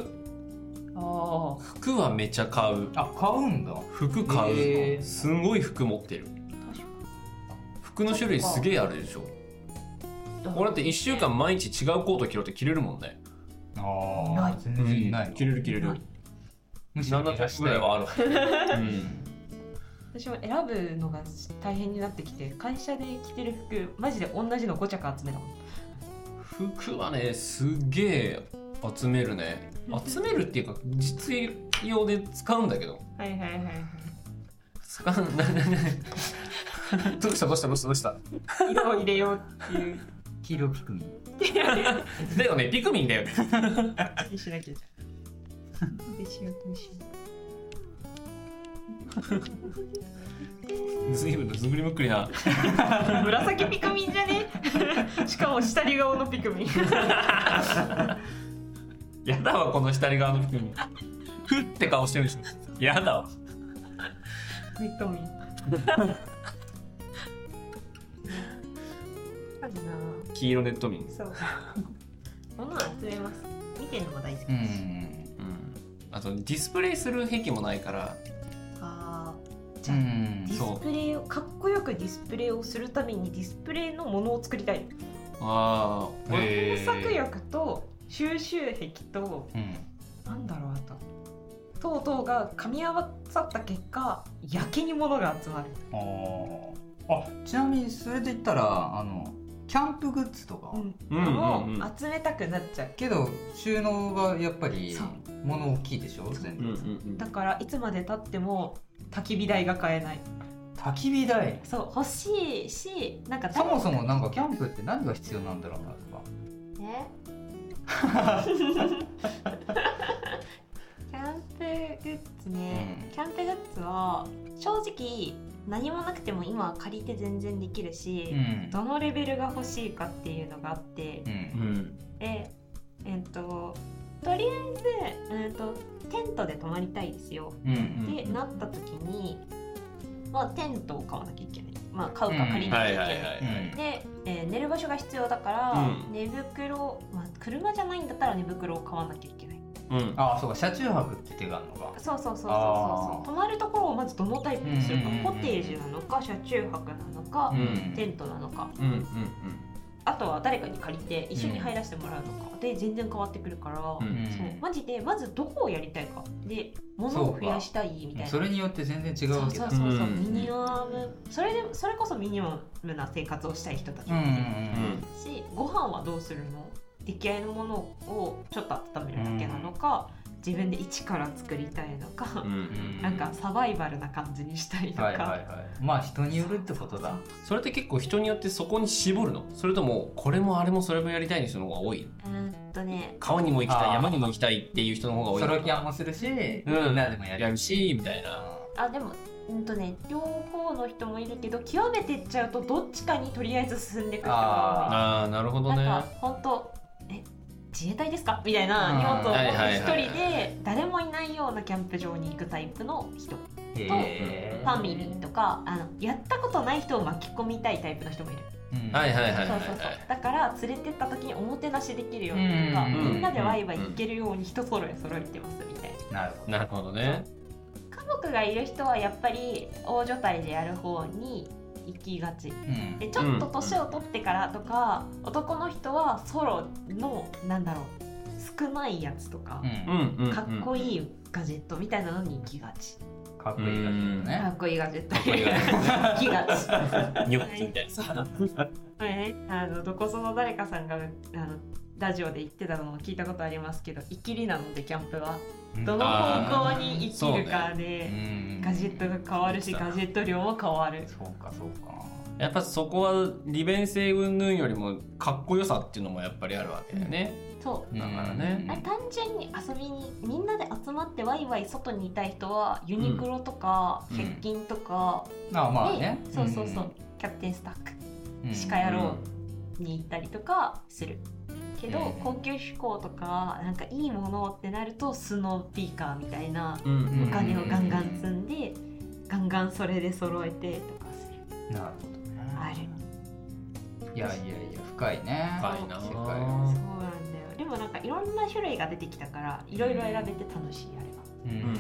S2: ああ
S1: 服はめちゃ買う
S3: あ買うんだ
S1: 服買う、
S3: へー
S1: すごい服持ってる
S2: 確か
S1: 服の種類すげえあるでしょ
S2: に
S1: 俺だって1週間毎日違うコート着ろって着れるもんね
S3: あ
S2: ない
S3: 全然ない、
S1: 着れる着れる
S2: ない
S3: むしろ減らし
S1: 700ぐ
S3: た
S1: らい
S3: い
S1: はある、う
S3: うん
S1: ん、
S2: 私も選ぶのが大変になってきて会社で着てる服マジで同じの5着集めたもん
S1: 服はねすげえ集めるね集めるっていうか実用で使うんだけど
S2: はいはいはいはい
S1: 使うななな どうしたどうしたどうしたどうした
S2: 色を入れようっていう
S3: 黄色ピクミン
S1: だよねピクミンだよね
S2: にしなきゃじゃん。どうしようどうしよ
S1: 随分ずぶりむっくりな
S2: う。紫ピクミンじゃね？ しかも下り顔のピクミン。
S1: やだわこの左側のピクミンふって顔してるでしょやだわ
S2: ピクミン。あるなぁ。
S1: 黄色ネットミン、
S2: そう。物を集めます。見てるのも大好き
S3: う
S2: です。
S3: ん
S1: うん、あとディスプレイする癖もないから
S2: あー
S3: う
S2: じゃあ
S3: ん
S2: ディスプレイをかっこよくディスプレイをするためにディスプレイのものを作りたい
S1: ああ俺
S3: へー
S2: 工作欲と収集癖と
S3: うん
S2: なんだろうあと等々が噛み合わさった結果やけに物が集まる
S3: あーあちなみにそれで言ったらあのキャンプグッズとか、
S1: うん
S2: のを
S1: うんうん
S2: 集めたくなっちゃう
S3: けど収納がやっぱり
S2: そう
S3: 物大きいでしょ全
S1: う
S3: 部、
S1: んうんうん
S2: だからいつまでたっても焚き火台が買えない
S3: 焚き火台
S2: そう欲しいしなんか
S3: そもそもなんかキャンプって何が必要なんだろうなとか
S2: ね キャンプグッズね、
S3: うん
S2: キャンプグッズは正直何もなくても今は借りて全然できるし、
S3: ん
S2: どのレベルが欲しいかっていうのがあって
S3: う、
S1: うんん
S2: でえっととりあえず、えっとテントで泊まりたいですよ
S3: うん
S1: ん
S2: ってなった時に、まあテントを買わなきゃいけないまあ買うか借りなきゃ
S1: はいい
S2: け
S1: は
S2: ないい
S1: は
S3: う
S1: い
S3: ん
S2: で、えー寝る場所が必要だから、
S1: うん
S2: 寝袋、まあ、車じゃないんだったら寝袋を買わなきゃいけない
S1: うん
S3: ああそうか車中泊って手があるのか
S2: そうそうそうそうそう
S3: あ
S2: そう
S3: ー
S2: 泊まるところをまずどのタイプにするか、
S3: うんうんうんうん
S2: コテージなのか車中泊なのか、
S1: うん
S2: テントなのか
S1: うんうん
S2: あとは誰かに借りて一緒に入らせてもらうのか、で全然変わってくるから、
S1: うん
S3: うん
S2: そうマジでまずどこをやりたいかで物を増やしたいみたいな
S3: それによって全然違う
S2: そ
S3: わ
S2: う
S3: け
S2: そ
S3: だ
S2: うそうそう
S1: うん
S2: ミニマムそれでそれこそミニマムな生活をしたい人たち
S3: うんうん
S1: うん
S2: しご飯はどうするの出来合いのものをちょっと温めるだけなのか、自分で一から作りたいのか、
S1: うんうん
S3: うん
S2: なんかサバイバルな感じにしたいのか、
S3: はいはいはいまあ人によるってことだ
S1: それって結構人によってそこに絞るのそれともこれもあれもそれもやりたい人の方が多いう
S2: ーんとね
S1: 川にも行き
S3: あ
S1: た
S3: ー
S1: い山にも行きたいっていう人の方が多い
S3: ソ
S1: の
S3: ロキャンもするし、
S1: うん
S3: 何でもや
S1: や
S3: る
S1: るしみたいな
S2: あでもうんとね両方の人もいるけど極めていっちゃうとどっちかにとりあえず進んでいく人が
S1: ああなるほ
S2: 多
S1: ど
S2: い
S1: ね
S2: なんか本当え自衛隊ですかみたいな荷物を持って一人で誰もいないようなキャンプ場に行くタイプの人
S3: へえ
S2: ファミリーとかあのやったことない人を巻き込みたいタイプの人もいる、
S3: うん
S1: はいはいはいはい
S2: そうそうそうだから連れてった時におもてなしできるようにとか、
S3: うん
S1: うんうん
S2: みんなでワイワイ行けるように人揃え揃えてますみたいな
S3: なるほど
S1: なるほどね
S2: 家族がいる人はやっぱり大所帯でやる方に行きがち
S3: うん
S2: でちょっと年を取ってからとか、男の人はソロのなんだろう少ないやつとか、
S1: うんうんうん
S2: かっこ
S1: い
S2: いいガジェットみたいなのに行きがち、
S3: かっこいいらしいよ
S2: か
S3: ね
S2: っこいいガジェット
S1: こいいガジェ
S2: 行きがち
S1: ニョッキみたいなさ
S2: ね、あのどこその誰かさんがあのラジオで言ってたのを聞いたことありますけど「生きり」なのでキャンプはどの方向に生きるかで、ガジェットが変わるし
S1: そうだ
S2: ガジェット量も変わる
S3: そうかそうか
S1: やっぱそこは利便性云々よりもかっこよさっていうのもやっぱりあるわけだよね、
S2: そう
S1: だからね
S2: あれ単純に遊びにみんなで集まってワイワイ外にいたい人はユニクロとか
S3: うん
S2: 百均とか
S3: ああまあ
S2: で、
S3: ね
S2: そうそうそう、キャプテンスタック
S3: うん
S2: しかやろうに行ったりとかするけど、
S3: うん
S2: 高級志向とかなんかいいものってなるとスノーピーカーみたいな
S1: うん
S2: お
S3: ん
S2: 金をガンガン積んで、ガンガンそれで揃えてとかする
S3: なるほど
S2: あ
S3: ね
S2: る
S3: いやいやいや深いね
S1: 深いな
S3: 世界
S2: そう
S3: は
S1: あ
S2: なんだよでもなんかいろんな種類が出てきたからいろいろ選べて楽しいあれは
S3: うんうん
S1: うん
S3: う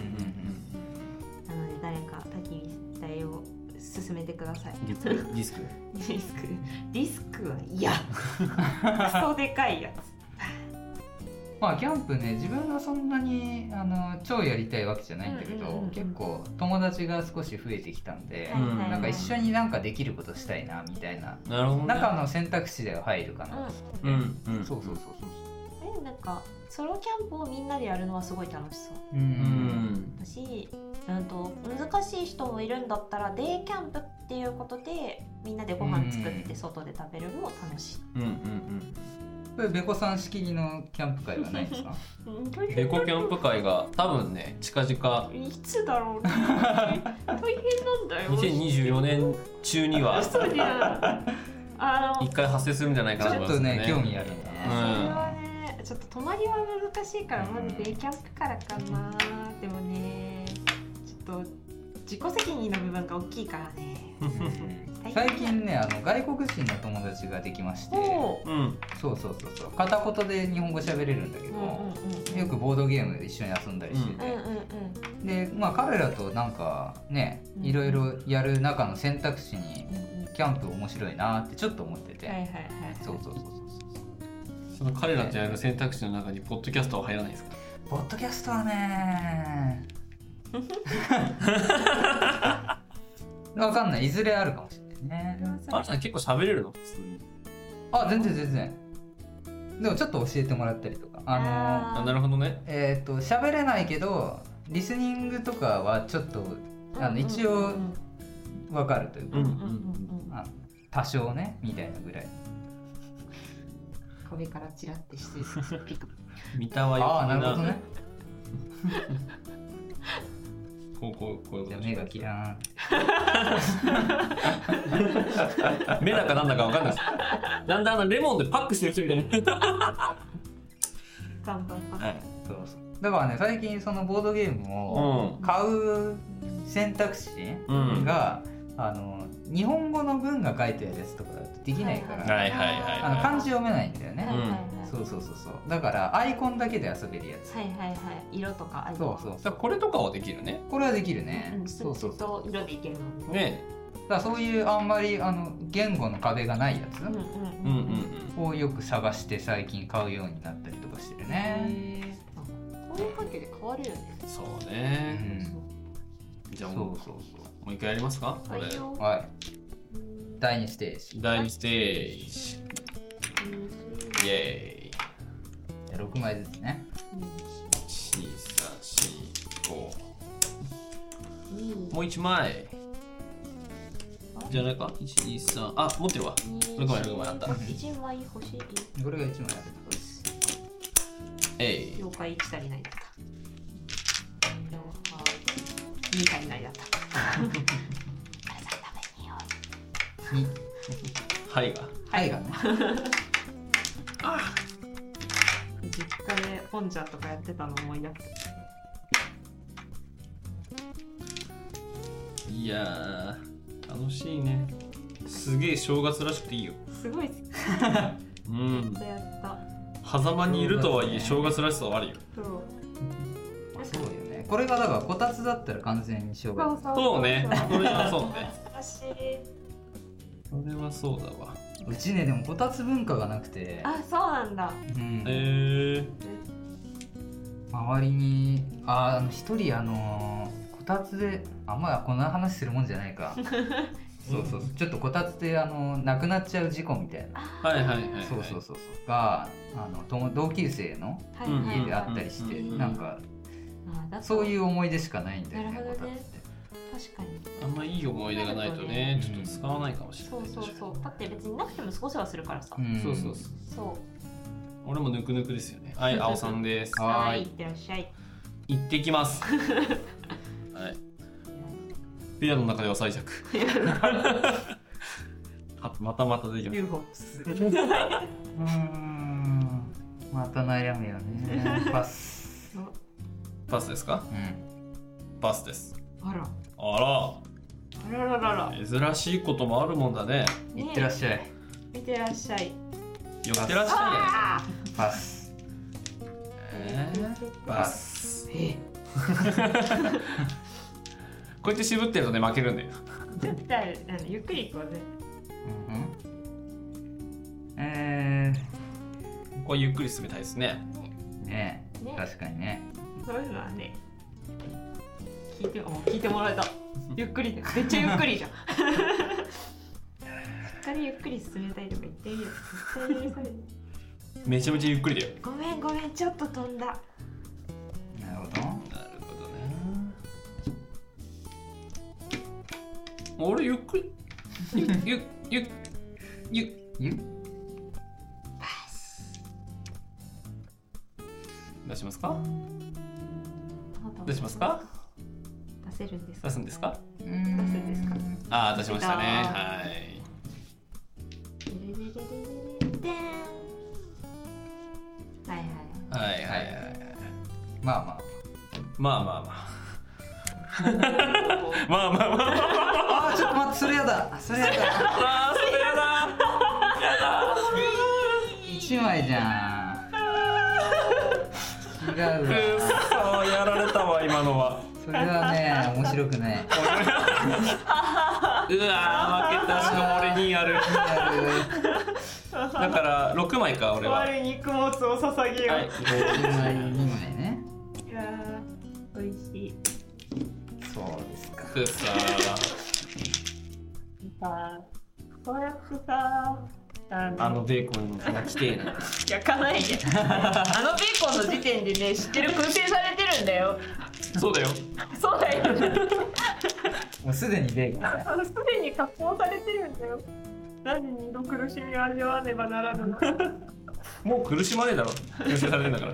S1: うん
S2: な
S3: ん
S2: ので誰か焚き火台を進めてください
S1: ディスクディスク
S2: ディスクディスクは 嫌クソでかいやつ
S3: まあキャンプね自分がそんなにあの超やりたいわけじゃないんだけど、
S2: うんうんうん
S3: 結構友達が少し増えてきたんで、
S1: はいうん
S3: なんか一緒になんかできることしたいなみたいな
S1: なるほどね
S3: 中の選択肢では入るかな、
S1: う
S2: うん
S1: んうん
S3: そうそうそうそう
S2: えなんかソロキャンプをみんなでやるのはすごい楽しそう
S3: うん、
S1: うん
S2: だし、うん、と難しい人もいるんだったらデイキャンプっていうことでみんなでご飯作っ
S3: うん
S2: て外で食べるのも楽しい。
S1: うんうんうん
S3: これべこさん仕切りのキャンプ会はないんですか
S1: うんエコキャンプ会が多分ね近々
S2: いつ だろうね大変なんだよ。
S1: 2024年中には
S2: 嘘じゃん。あの
S1: 一回発生するんじゃないか
S3: ち
S1: な
S3: ょっとね興味あるんだ
S2: それ
S3: な、
S2: はねちょっと泊まりは難しいからまずデイキャンプからかなでもねちょっと自己責任の部分が大きいからね。
S3: うん最近ねあの外国人の友達ができまして
S2: おう
S1: うん
S3: そうそうそうそう片言で日本語喋れるんだけ
S2: う
S3: ど、
S2: んうんうん。
S3: よくボードゲームで一緒に遊んだりして
S2: う
S3: て、
S2: んうんうん。
S3: でまあ彼らとなんかね
S2: うん
S3: いろいろやる中の選択肢に
S2: うんうん
S3: キャンプ面白いなってちょっと思ってて、
S2: はいはいはいはい。
S3: そうそうそうそう
S1: その彼らとやる選択肢の中にポッドキャストは入らないですか
S3: ポッドキャストはね わかんないいずれあるかもしれないね
S1: あちゃん結構喋れるの普通に
S3: あ全然全然でもちょっと教えてもらったりとかあの
S2: あー
S1: あなるほどね
S3: えっ、と喋れないけどリスニングとかはちょっとあの一応わかるというか、
S1: うんうん
S3: あ多少ねみたいなぐらい
S2: 壁からチラってしてピク
S1: 見たは
S3: ああなるほどね
S1: こうこうこういうこ
S3: じゃ
S1: とで
S3: あ
S1: し
S3: 目
S1: ょ
S3: がキラ
S1: 目だかなんだかわかんないです だんだんあのレモンでパックしてる人みたいにな
S2: 頑張った。
S1: はい
S3: ーンそうそうだからね最近そのボードゲームを
S1: う
S3: 買う選択肢
S1: んうんは
S3: が、あの日本語の文が書いてあるやつとかだとできないから、
S1: いはいはい
S3: あの漢字読めないんだよね、
S2: はいはいはい。
S3: そうそうそうそうだからアイコンだけで遊べるやつ、
S2: はいはいはい。色とか。
S3: そうそうそ
S1: さ
S3: う
S1: これとかはできるね
S3: これはできるね、
S2: うん、
S3: そうそうそう
S2: と色でいけるもんね。
S1: ね
S3: だからそういうあんまりあの言語の壁がないやつ、
S2: うんうん
S1: うんうん
S3: をよく探して最近買うようになったりとかしてるね。
S2: へえ。こういう関係で変わるよね。
S1: うんそう
S3: う
S1: ね
S3: ん、
S1: じゃ
S3: そ
S1: あ
S3: う
S1: もう
S3: そうそ
S1: もう一回やりますかこれ
S2: はいよ
S3: う。はい。第二ステージ。
S1: 第2ステージイエーイ
S3: じゃあ六枚ずつね。
S1: 12345
S2: いい
S1: もう1枚じゃないか123あ持ってるわ6枚6枚あった
S2: 一枚欲しい。
S3: これが一枚あ
S1: えい
S2: 了解一足りないだった。了解二足りないだった。あれさ食べによ
S3: る。二。
S1: はいが
S3: はいがね。
S2: う。実家で本茶とかやってたの思い出す。
S1: いやー楽しいねすげえ正月らしくていいよ
S2: すごい好
S1: うん
S2: きだやった。
S1: 狭間にいるとはいえ正
S3: そうだね
S1: 月らしさはあるよ
S2: そう。
S3: そうよね。これがだからこたつだったら完全にしょうが。
S1: そうねそれはそう ね
S2: 難しい。
S1: それはそうだわ
S3: うちねでもこたつ文化がなくて、
S2: あ、そうなんだ。
S3: う
S1: へ
S3: ん
S1: え
S3: 周りにあーあの一人あのーこたつであんまこんな話するもんじゃないか。そうそうそう。ちょっとこたつであのー亡くなっちゃう事故みたいな。
S1: はいはいはいはい
S3: そうそうそうそうがあのとも同級生の
S2: はい
S1: うん
S2: はい
S3: 家
S2: はい。
S3: であったりして、
S2: うん
S3: なんか
S2: あ。
S3: そういうう思い出しかないんだよね
S2: なるほどね
S3: こたつって
S2: 確かに。
S1: あんまいい思い出がないとね
S3: そ
S1: ち
S3: うだ
S1: ょ
S3: ね
S1: っと使わないかもしれ
S2: そ
S1: な
S2: う
S1: い
S2: そうそう。だって別になくても少しはするからさ。
S3: ん
S1: そうそうそう
S2: そ
S1: 俺もぬくぬくですよ ねはい青さんです
S2: う。
S3: はーい
S2: いってらっしゃい。
S1: 行ってきますはい部屋の中では最弱 あまたまたできます
S2: UFO。
S3: うーんまた悩むよ ねパス
S1: パスですか
S3: うん
S1: パスです
S2: あら。
S1: あ
S2: あらららら。
S1: ら珍しいこともあるもんだね
S2: ね
S3: いってらっしゃい
S2: 見てらっしゃい。
S1: よってらっしゃ
S2: あ
S3: パス
S1: いえーパス
S2: え
S1: こうやって渋ってるとね負けるんだよ
S2: 絶対あのゆっくり行こうね。
S3: うんうんえ
S1: これゆっくり進めたいですね
S3: ーね
S2: ね
S3: 確かにね
S2: そういうのはね。聞いても聞いてもらえた。ゆっくりめっちゃゆっくりじゃ ん。しっかりゆっくり進めたいとか言ってみる。絶対許される
S1: めちゃめちゃゆっくりだよ
S2: ごめんごめんちょっと飛んだ。
S3: なるほど
S1: なるほどね俺ゆっくりゆっゆっゆっ
S3: ゆ
S1: 出しますか
S2: ど
S1: 出
S2: う
S1: しますか
S2: 出せるんです
S1: 出すんですか
S3: うーん
S2: 出せですか
S1: ああ出しましたね
S2: 出た
S1: はい
S2: でんは
S1: は
S2: いはい
S1: いはいはい
S3: まあまあ
S1: まあまあまあ
S2: はい
S1: まあまあまあまあ
S3: あーちょっと待ってそれやだそれや
S1: あ
S3: だ
S1: ーそれやだやだ
S3: 一枚 じゃん違うわ
S1: くっそーやられたわ今のは
S3: それはね面 白くないう
S1: わー負けたしかも俺2あるだから6枚か俺ははい
S2: 我に供物を捧げよう、い、
S3: 一枚二枚ね
S2: やー美味しい
S3: そうですか
S1: くっそー
S2: さこうやってさあの
S1: あのベーコンが来てえな
S2: 焼かないであのベーコンの時点でね知ってる燻製されてるんだよ
S1: そうだよ
S2: そうだよね
S3: もうすでにベーコンだよ
S2: あのすでに加工されてるんだよ何に度苦しみを味わわねばならぬの
S1: もう苦しまねえだ ろ優勝されてんだから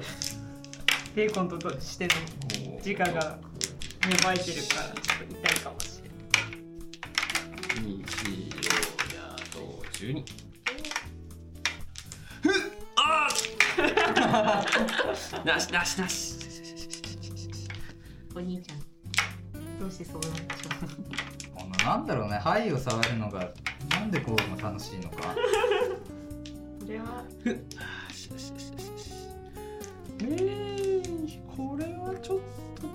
S2: ベーコンとしての時間が芽生えてるからちょっと痛いかもしれない
S1: 2 4やと12ふっあーなしなしなし
S2: お兄ちゃんどうしてそうなんでしょ
S3: このなんだろうね肺を触るのがなんでこうも楽しいのか
S2: うそれは
S1: えー、これはちょっと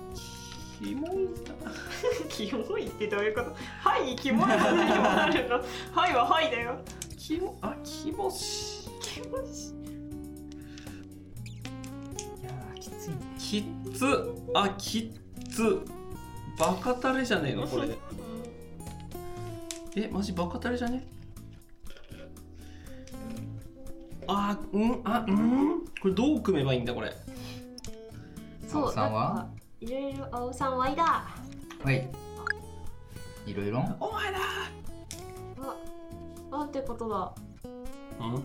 S1: キモいな
S2: キモいってどういうことはいにキモいの何もあるの はいははいだよ
S1: キモあキモし
S2: キモし
S3: いやーきついね
S1: きっつあきっつバカタレじゃねえのこれえマジバカタレじゃねあうんあうんこれどう組めばいいんだこれ
S2: そう
S3: 青さんは
S2: なんかいろいろ青さんはいだ
S3: はいいろいろ
S1: お前だ
S2: あなんてことだ
S1: うん
S2: うん
S3: ん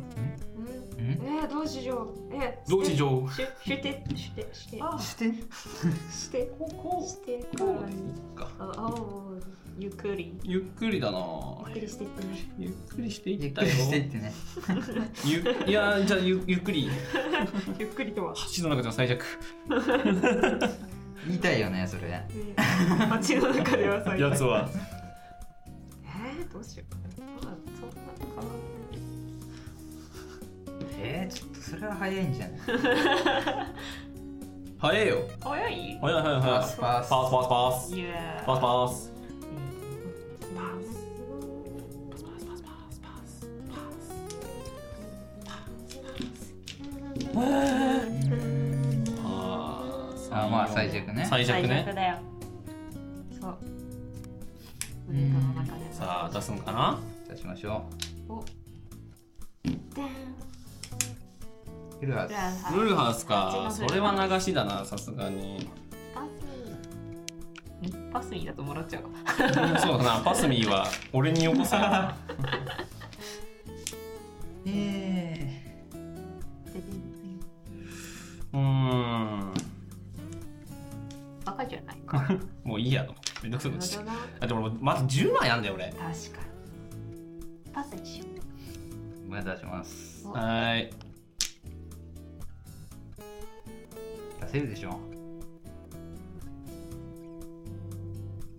S2: えー、どうしようえー、
S1: どうしよう
S2: うしてしてしてして
S1: あ
S3: して
S2: して
S1: ここ
S2: して
S1: こ
S2: からに
S1: うか
S2: あ青ゆっくり
S1: ゆっくりだな
S2: ゆっくりしてってね
S1: ゆっくりしてい
S3: ゆっ
S1: っ
S3: く
S1: たよ
S3: りしてってね
S1: ゆいやーじゃあゆゆっくり
S2: ゆっくりとは、
S1: 橋の中では最弱
S3: 言いたいよねそれ
S2: ね、街の中では最
S1: やつは
S2: えー、どうしようあそんな変わんない
S3: えー、ちょっとそれは早いんじゃない
S1: 早えよ
S2: 早い
S1: 早い早い早い
S3: パスパス
S1: パースパースパース
S2: いや
S1: パースパースあー
S3: あまあ最弱ね
S1: 最弱ね
S2: だよそう
S3: うん
S2: 胸の中で
S1: さあ出すのかな
S3: 出しましょ
S2: お
S3: うフルハウス
S1: ブルーハウス
S2: あ
S1: か
S2: っち
S1: そ
S2: の
S1: れは流しだなさすがに
S2: パスミーんパスミーだともらっちゃう
S1: うんそうだなパスミーは俺によこせな
S3: え
S1: うーん
S2: バカじゃないか
S1: もういいやと思ってめんどくさ
S2: ない
S1: こ
S2: るほ
S1: とし
S2: ど
S1: て
S2: な
S1: あでも俺まず10枚なんだよ俺
S2: 確かにパスにしよ
S3: ー、まあ出します
S2: う
S1: はーい
S3: 出せるでしょ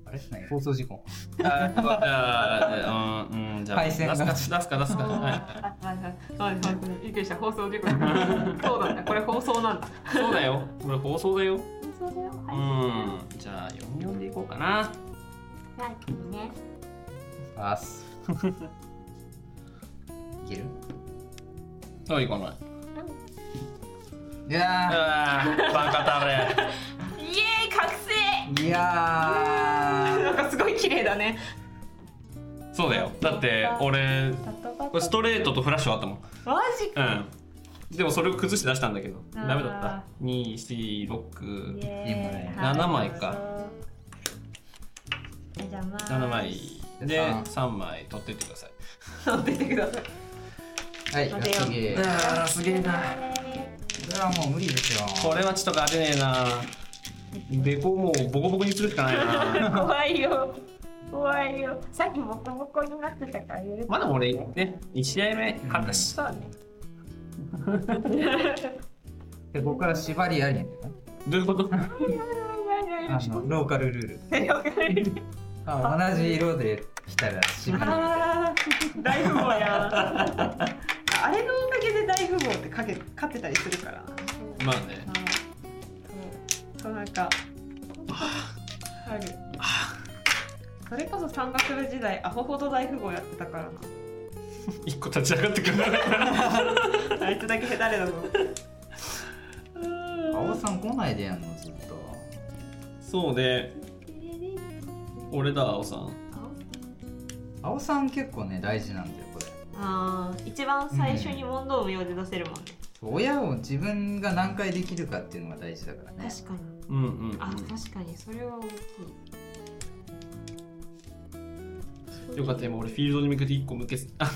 S3: あれ何放送事故
S1: あじゃあ、うん、うんじゃあ、
S3: 配線が
S1: 出すか、出すか、出すか、はい、
S2: はいはいびっくりした放送事 故そうなんだこれ放送なんだ
S1: そうだよ、これ放送だよ。
S2: 放送だよ
S1: う
S2: は
S1: ん、じゃあ、読み読んでいこうかな。
S2: いはいいいね
S3: パス いける
S1: そう、いかない。
S3: いや
S1: ああ、バカタレ。
S2: イエーイ覚醒
S3: ーいや
S2: なんかすごい綺麗だね
S1: そうだよ、だって、俺、これストレートとフラッシュあったもん。
S2: マジか
S1: うん。でも、それを崩して出したんだけど、
S2: あー
S1: ダメだった。二、四、六。
S3: エーイ
S1: 七枚か
S2: じゃあまあ
S1: 7枚で
S3: さ
S1: 3
S3: あ
S1: 枚取ってってください
S2: 出てください
S3: ーはいラ
S2: 待てよ
S3: ッキーゲー
S1: ああすげえな
S3: これはもう無理ですよ
S1: これはちょっと勝てねえなデコもうボコボコにするしかないな
S2: 怖いよ怖いよさっきボコボコになってたから許 す
S1: まだ俺ね、1試合目勝ったし、
S2: そうね
S3: でここから縛りあ りなんだよね
S1: どういうこと
S3: あのローカルルール
S2: 了解
S3: あ同じ色で来たらしみ
S4: あー大富豪やあれのおかげで大富豪ってかけ勝ってたりするから
S1: まあね
S4: あーそうそうなんかあるそれこそ山岳部時代アホほど大富豪やってたから
S1: 一個立ち上がって くる
S4: なあいつだけヘタレだぞ
S3: 青さん来ないでやんのずっと
S1: そうね俺だ青さん
S3: 青さん結構ね大事なんだよこれ
S2: あー一番最初に問答無用で出せるもんね、
S3: 親を自分が何回できるかっていうのが大事だからね
S2: 確かに
S1: うんうん、うん
S2: あ確かにそれは大きい
S1: よかった今俺フィールドに向けて一個向けすあ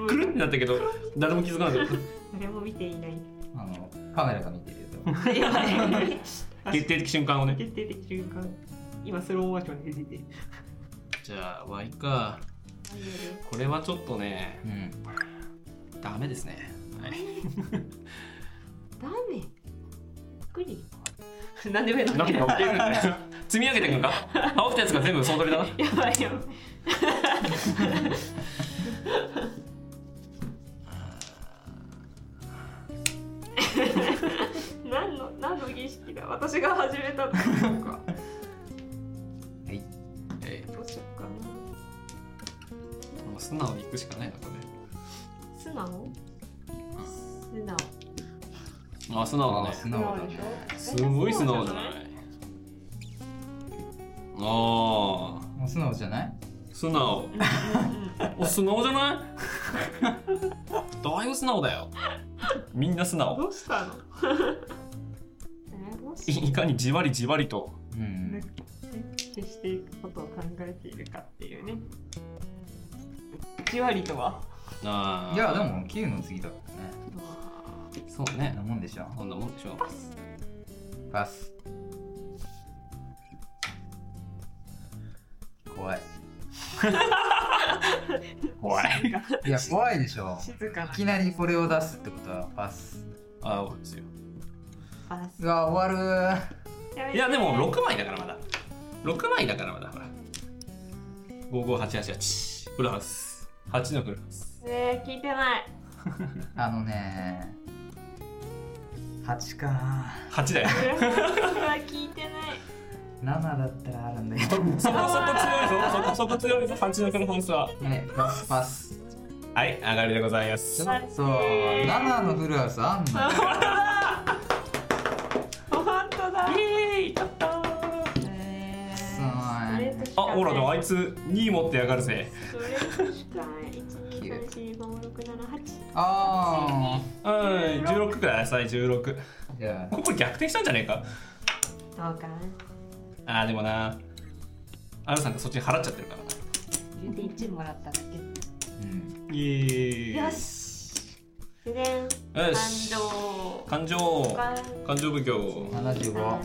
S1: のくるんってなったけど誰も気づかな かっ
S2: 誰も見ていない
S3: あのカメラが見てる よ
S2: やばい
S1: た決定的瞬間をね
S4: 決定的瞬間今スローモーションで出てて
S1: じゃあ Y かこれはちょっとね
S3: うん
S1: ダメですねはい
S2: ダメびっくり
S4: なんで上の
S1: なんか起きるんだよ積み上げていくのか青きたやつが全部総取りだな
S4: やばいよ
S2: 何の何の儀式だ私が始めたのなんか
S3: はい
S1: え
S2: どうしよっかな
S1: えもう素直に行くしかないなこ
S2: 素直素直
S1: れあ素直だ
S3: あ
S1: ね
S3: 素直だね
S1: すごい素直じゃないあ
S3: もう素直じゃない
S1: ー素直お素直じゃないだいぶ素直だよみんな素直
S4: どうしたの
S1: いいかにじわりじわりと
S3: うん
S4: 消していくことを考えているかっていうねじわりとは
S1: あー
S3: いやでも9の次だからね
S1: そう
S3: そん
S1: ね
S3: なもんでしょ
S1: こんなもんでしょ
S3: パス怖い
S1: 怖い
S3: いや怖いでしょ
S4: 静かない
S3: きなりこれを出すってことはパス
S1: あーそうですよ
S2: パス
S3: うわ終わる
S1: いやでも6枚だからまだ6枚だからまだほら55888フルハウス8のフルハウス
S2: えー、聞いてない
S3: あのね8か
S1: 8だよ
S2: これは聞いてない
S3: 7だったらあるんだけ
S1: そ
S3: ど
S1: こそこ強いぞそこそこ強いぞ8のフルハウスは
S3: はいパスパス
S1: はい上がりでございます
S3: そう7のフルハウスあんのよ
S4: 本当だ
S1: イエーイ
S2: えー、
S3: すごい
S2: ストレートし
S1: あ
S2: かない
S1: ほらでもあいつ2位持って上がるぜ
S2: ストレートしかない123456789
S3: あ
S1: うん16ください16
S3: あじゃあ
S1: ここ逆転したんじゃねえか
S2: どうかな
S1: あーでもなアルさんがそっちに払っちゃってるからな
S2: 1もらっただ
S3: うん
S1: イエー
S2: け
S1: イ
S2: よし自然
S1: よ
S2: 感
S1: し
S2: 動
S1: 感情
S2: 感
S1: 感情奉行
S3: 75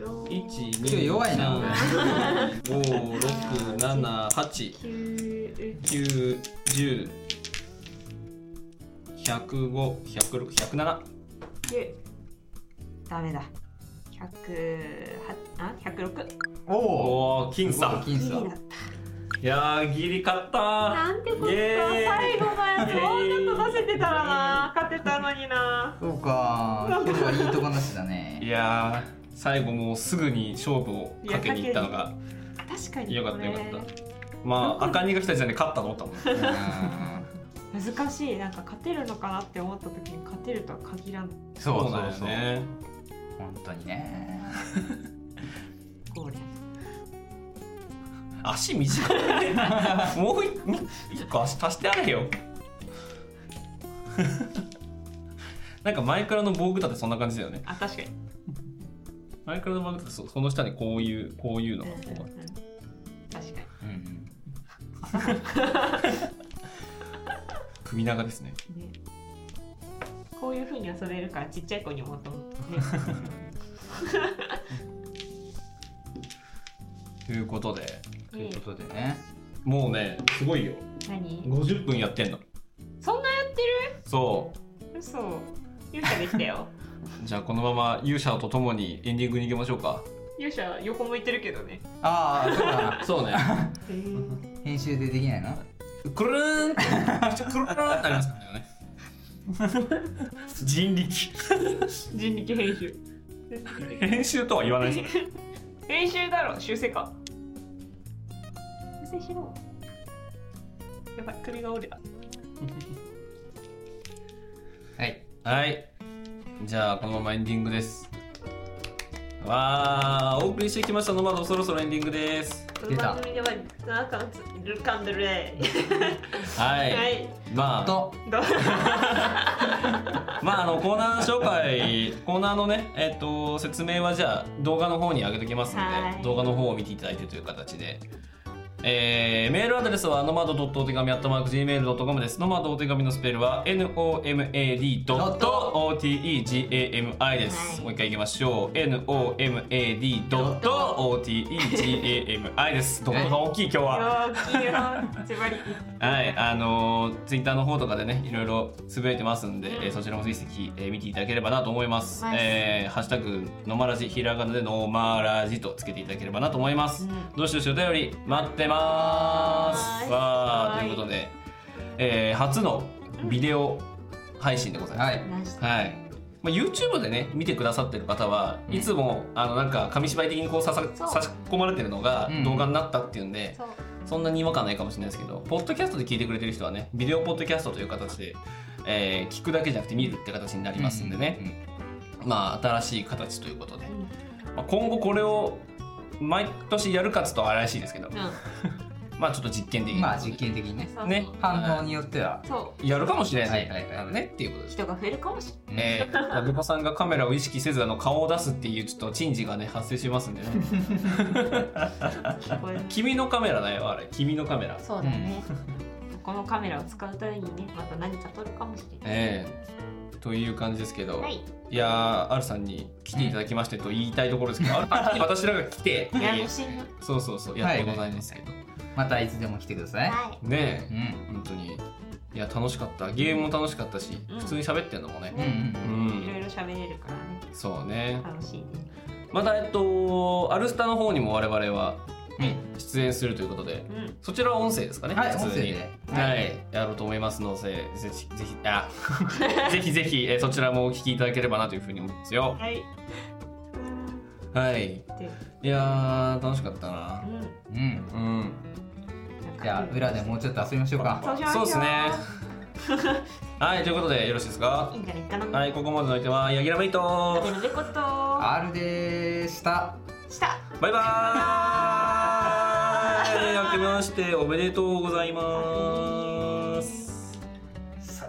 S1: 1
S3: 今日弱いな俺
S1: 5 6 7 8 9 1 0 1 5 1 0 6 1 0
S2: ダメだ108あ106
S1: 7
S3: おお
S1: おお僅差
S3: 僅
S2: ギリだ
S3: 差
S2: った
S1: いやーギリ勝った
S2: なんてこと
S1: イエーイ
S4: 最後のやつもうちょっと出せてたらな勝てたのにな
S3: そうか今日はいいとこなしだ
S1: い
S3: ね
S1: やー最後もうすぐに勝負をかけに行ったのが
S2: 確かに
S1: よか
S2: こ
S1: った
S2: れ
S1: よかったまあ赤鬼が来た時点で勝ったと思ったもんね
S3: うん
S4: 難しいなんか勝てるのかなって思った時に勝てるとは限らん
S3: そうそう
S1: だよ
S3: そう
S1: ね
S3: 本当にね
S2: ゴール
S1: 足短いねもう一個足足してあれよ なんかマイクラの防具立てそんな感じだよね
S4: あ確かに
S1: マイクラの防具立てそその下にこういうこういうのがこうあって
S4: 確かに
S3: うんうん
S1: 首長ですね
S4: ねこういう風に遊べるからちっちゃい子にもと思って、
S1: ということで
S3: ということでね
S1: もうねすごいよ
S2: 何
S1: 50分やってんの
S4: そんなやって
S1: そ
S4: る嘘勇者できたよ
S1: うじゃあこのまま勇者とともにエンディングに行きましょうか
S2: 勇者横向いてるけどね。
S3: ああそうだな
S1: そう ね
S3: 編集でできないな
S1: くるーんって口くるーんってなりますからね人力
S2: 人力編集。
S1: 編集とは言わない です
S2: 編集だろ、修正か。修正しろ。やばい、首が折れた。
S3: はい
S1: はいじゃあこのままエンディングですわあお送りしてきましたのまどそろそろエンディングです
S2: こ
S3: 出
S2: の
S3: た
S2: 番組では、なんか、ルカンドルレ
S1: はい、
S2: イ。はい。
S1: まあ
S3: と
S2: どう
S1: まああのコーナー紹介コーナーのねえっ、と説明はじゃあ動画の方に上げときますの
S2: は
S1: で
S2: い
S1: 動画の方を見ていただいてという形でえーメールアドレスはノマドドットお手紙アットマーク Gmail.com です。ノマドお手紙のスペルは nomad ドット otegami です。
S2: はい
S1: もう一回いきましょう。nomad ドット otegami です。どこが大きい今日は。
S2: 大きいよ。ズバリ。
S1: はい、あのツイッター Twitter の方とかでね、いろいろつぶやいてますんで、えーそちらもぜひぜひ、えー見ていただければなと思います。
S2: はい
S1: えーハッシュタグのまらじひらがなでのまらじとつけていただければなと思います。
S2: うん
S1: どしどしお便り待ってます。
S2: はい
S1: わあ、
S2: は
S1: と
S2: い
S1: いうことで、えー初のビデオ配信でございます。
S3: はい
S2: なし
S1: はい。まあ、YouTube でね見てくださってる方は
S3: うん
S1: いつも、あのなんか紙芝居的にこうささ
S2: そう
S1: 差し込まれてるのが
S3: うん
S1: 動画になったっていうんで、
S2: そう。
S1: そんなに違和感ないかもしれないですけど、ポッドキャストで聞いてくれてる人はね、ビデオポッドキャストという形で、えー聞くだけじゃなくて見るって形になりますんでね、まあ、新しい形ということで、まあ、今後これを毎年やるかっつうと怪しいですけど
S2: う、ん。
S1: まあ、ちょっと実験
S3: う
S1: 的
S3: ん
S1: に。
S3: まあ実験的にね
S2: そう
S1: ね
S3: 反応によっては
S2: そ
S1: やるかもしれない、
S3: はいはいはい
S1: あのねっていうことで
S2: う。
S1: す。
S2: 人が増えるかもし
S1: えー、ラブコさんがカメラを意識せずあの顔を出すっていうちょっと珍事がね発生しますんでね
S2: れない。これ
S1: 君のカメラだよあれ君のカメラ
S2: そうだね。 このカメラを使うためにね、また何か撮るかもしれない。
S1: ええという感じですけど、
S2: はい。
S1: いやー、あるさんに来ていただきましてと言いたいところですけど、あるさんに私らが来て、
S2: ややこしいな。
S1: そうそうそう、やってございますけど、
S3: またいつでも来てください
S2: は
S1: ね
S3: う
S1: え、
S3: ん
S1: 本当に、いや、楽しかった、ゲームも楽しかったし、
S2: うん
S1: 普通に喋ってんのもね、
S3: うんうん
S1: う
S2: い。いろ
S1: ん、
S2: いろ喋れるからね。
S1: そうね。
S2: 楽しいね。
S1: また、えっと、アルスタの方にも我々は
S3: うん
S1: 出演するということで、
S2: うん。
S1: そちらは音声ですかね、
S3: はい
S1: 普
S3: 音
S1: 通
S3: 声
S1: に
S3: で。
S1: はい、やろうと思いますので、ぜひ、ぜひ、あ、ぜひぜひ、えそちらもお聞きいただければなというふうに思うんですよ。
S2: はい。
S1: はい。
S2: で、
S1: いやー、楽しかったな。
S2: う
S3: うん
S1: うん。
S2: ん。
S3: じゃあ裏でもうちょっと遊びましょうか
S2: そうしまし
S1: そ
S2: ょ
S1: う
S2: う
S1: ですね。はい、ということでよろしいですか
S2: い。いんじゃないかな。
S1: はい、ここまでの相手はヤギラメイト。
S2: での猫と
S3: R でした
S2: した。
S1: バイバーイ。明けましておめでとうございます。
S3: さ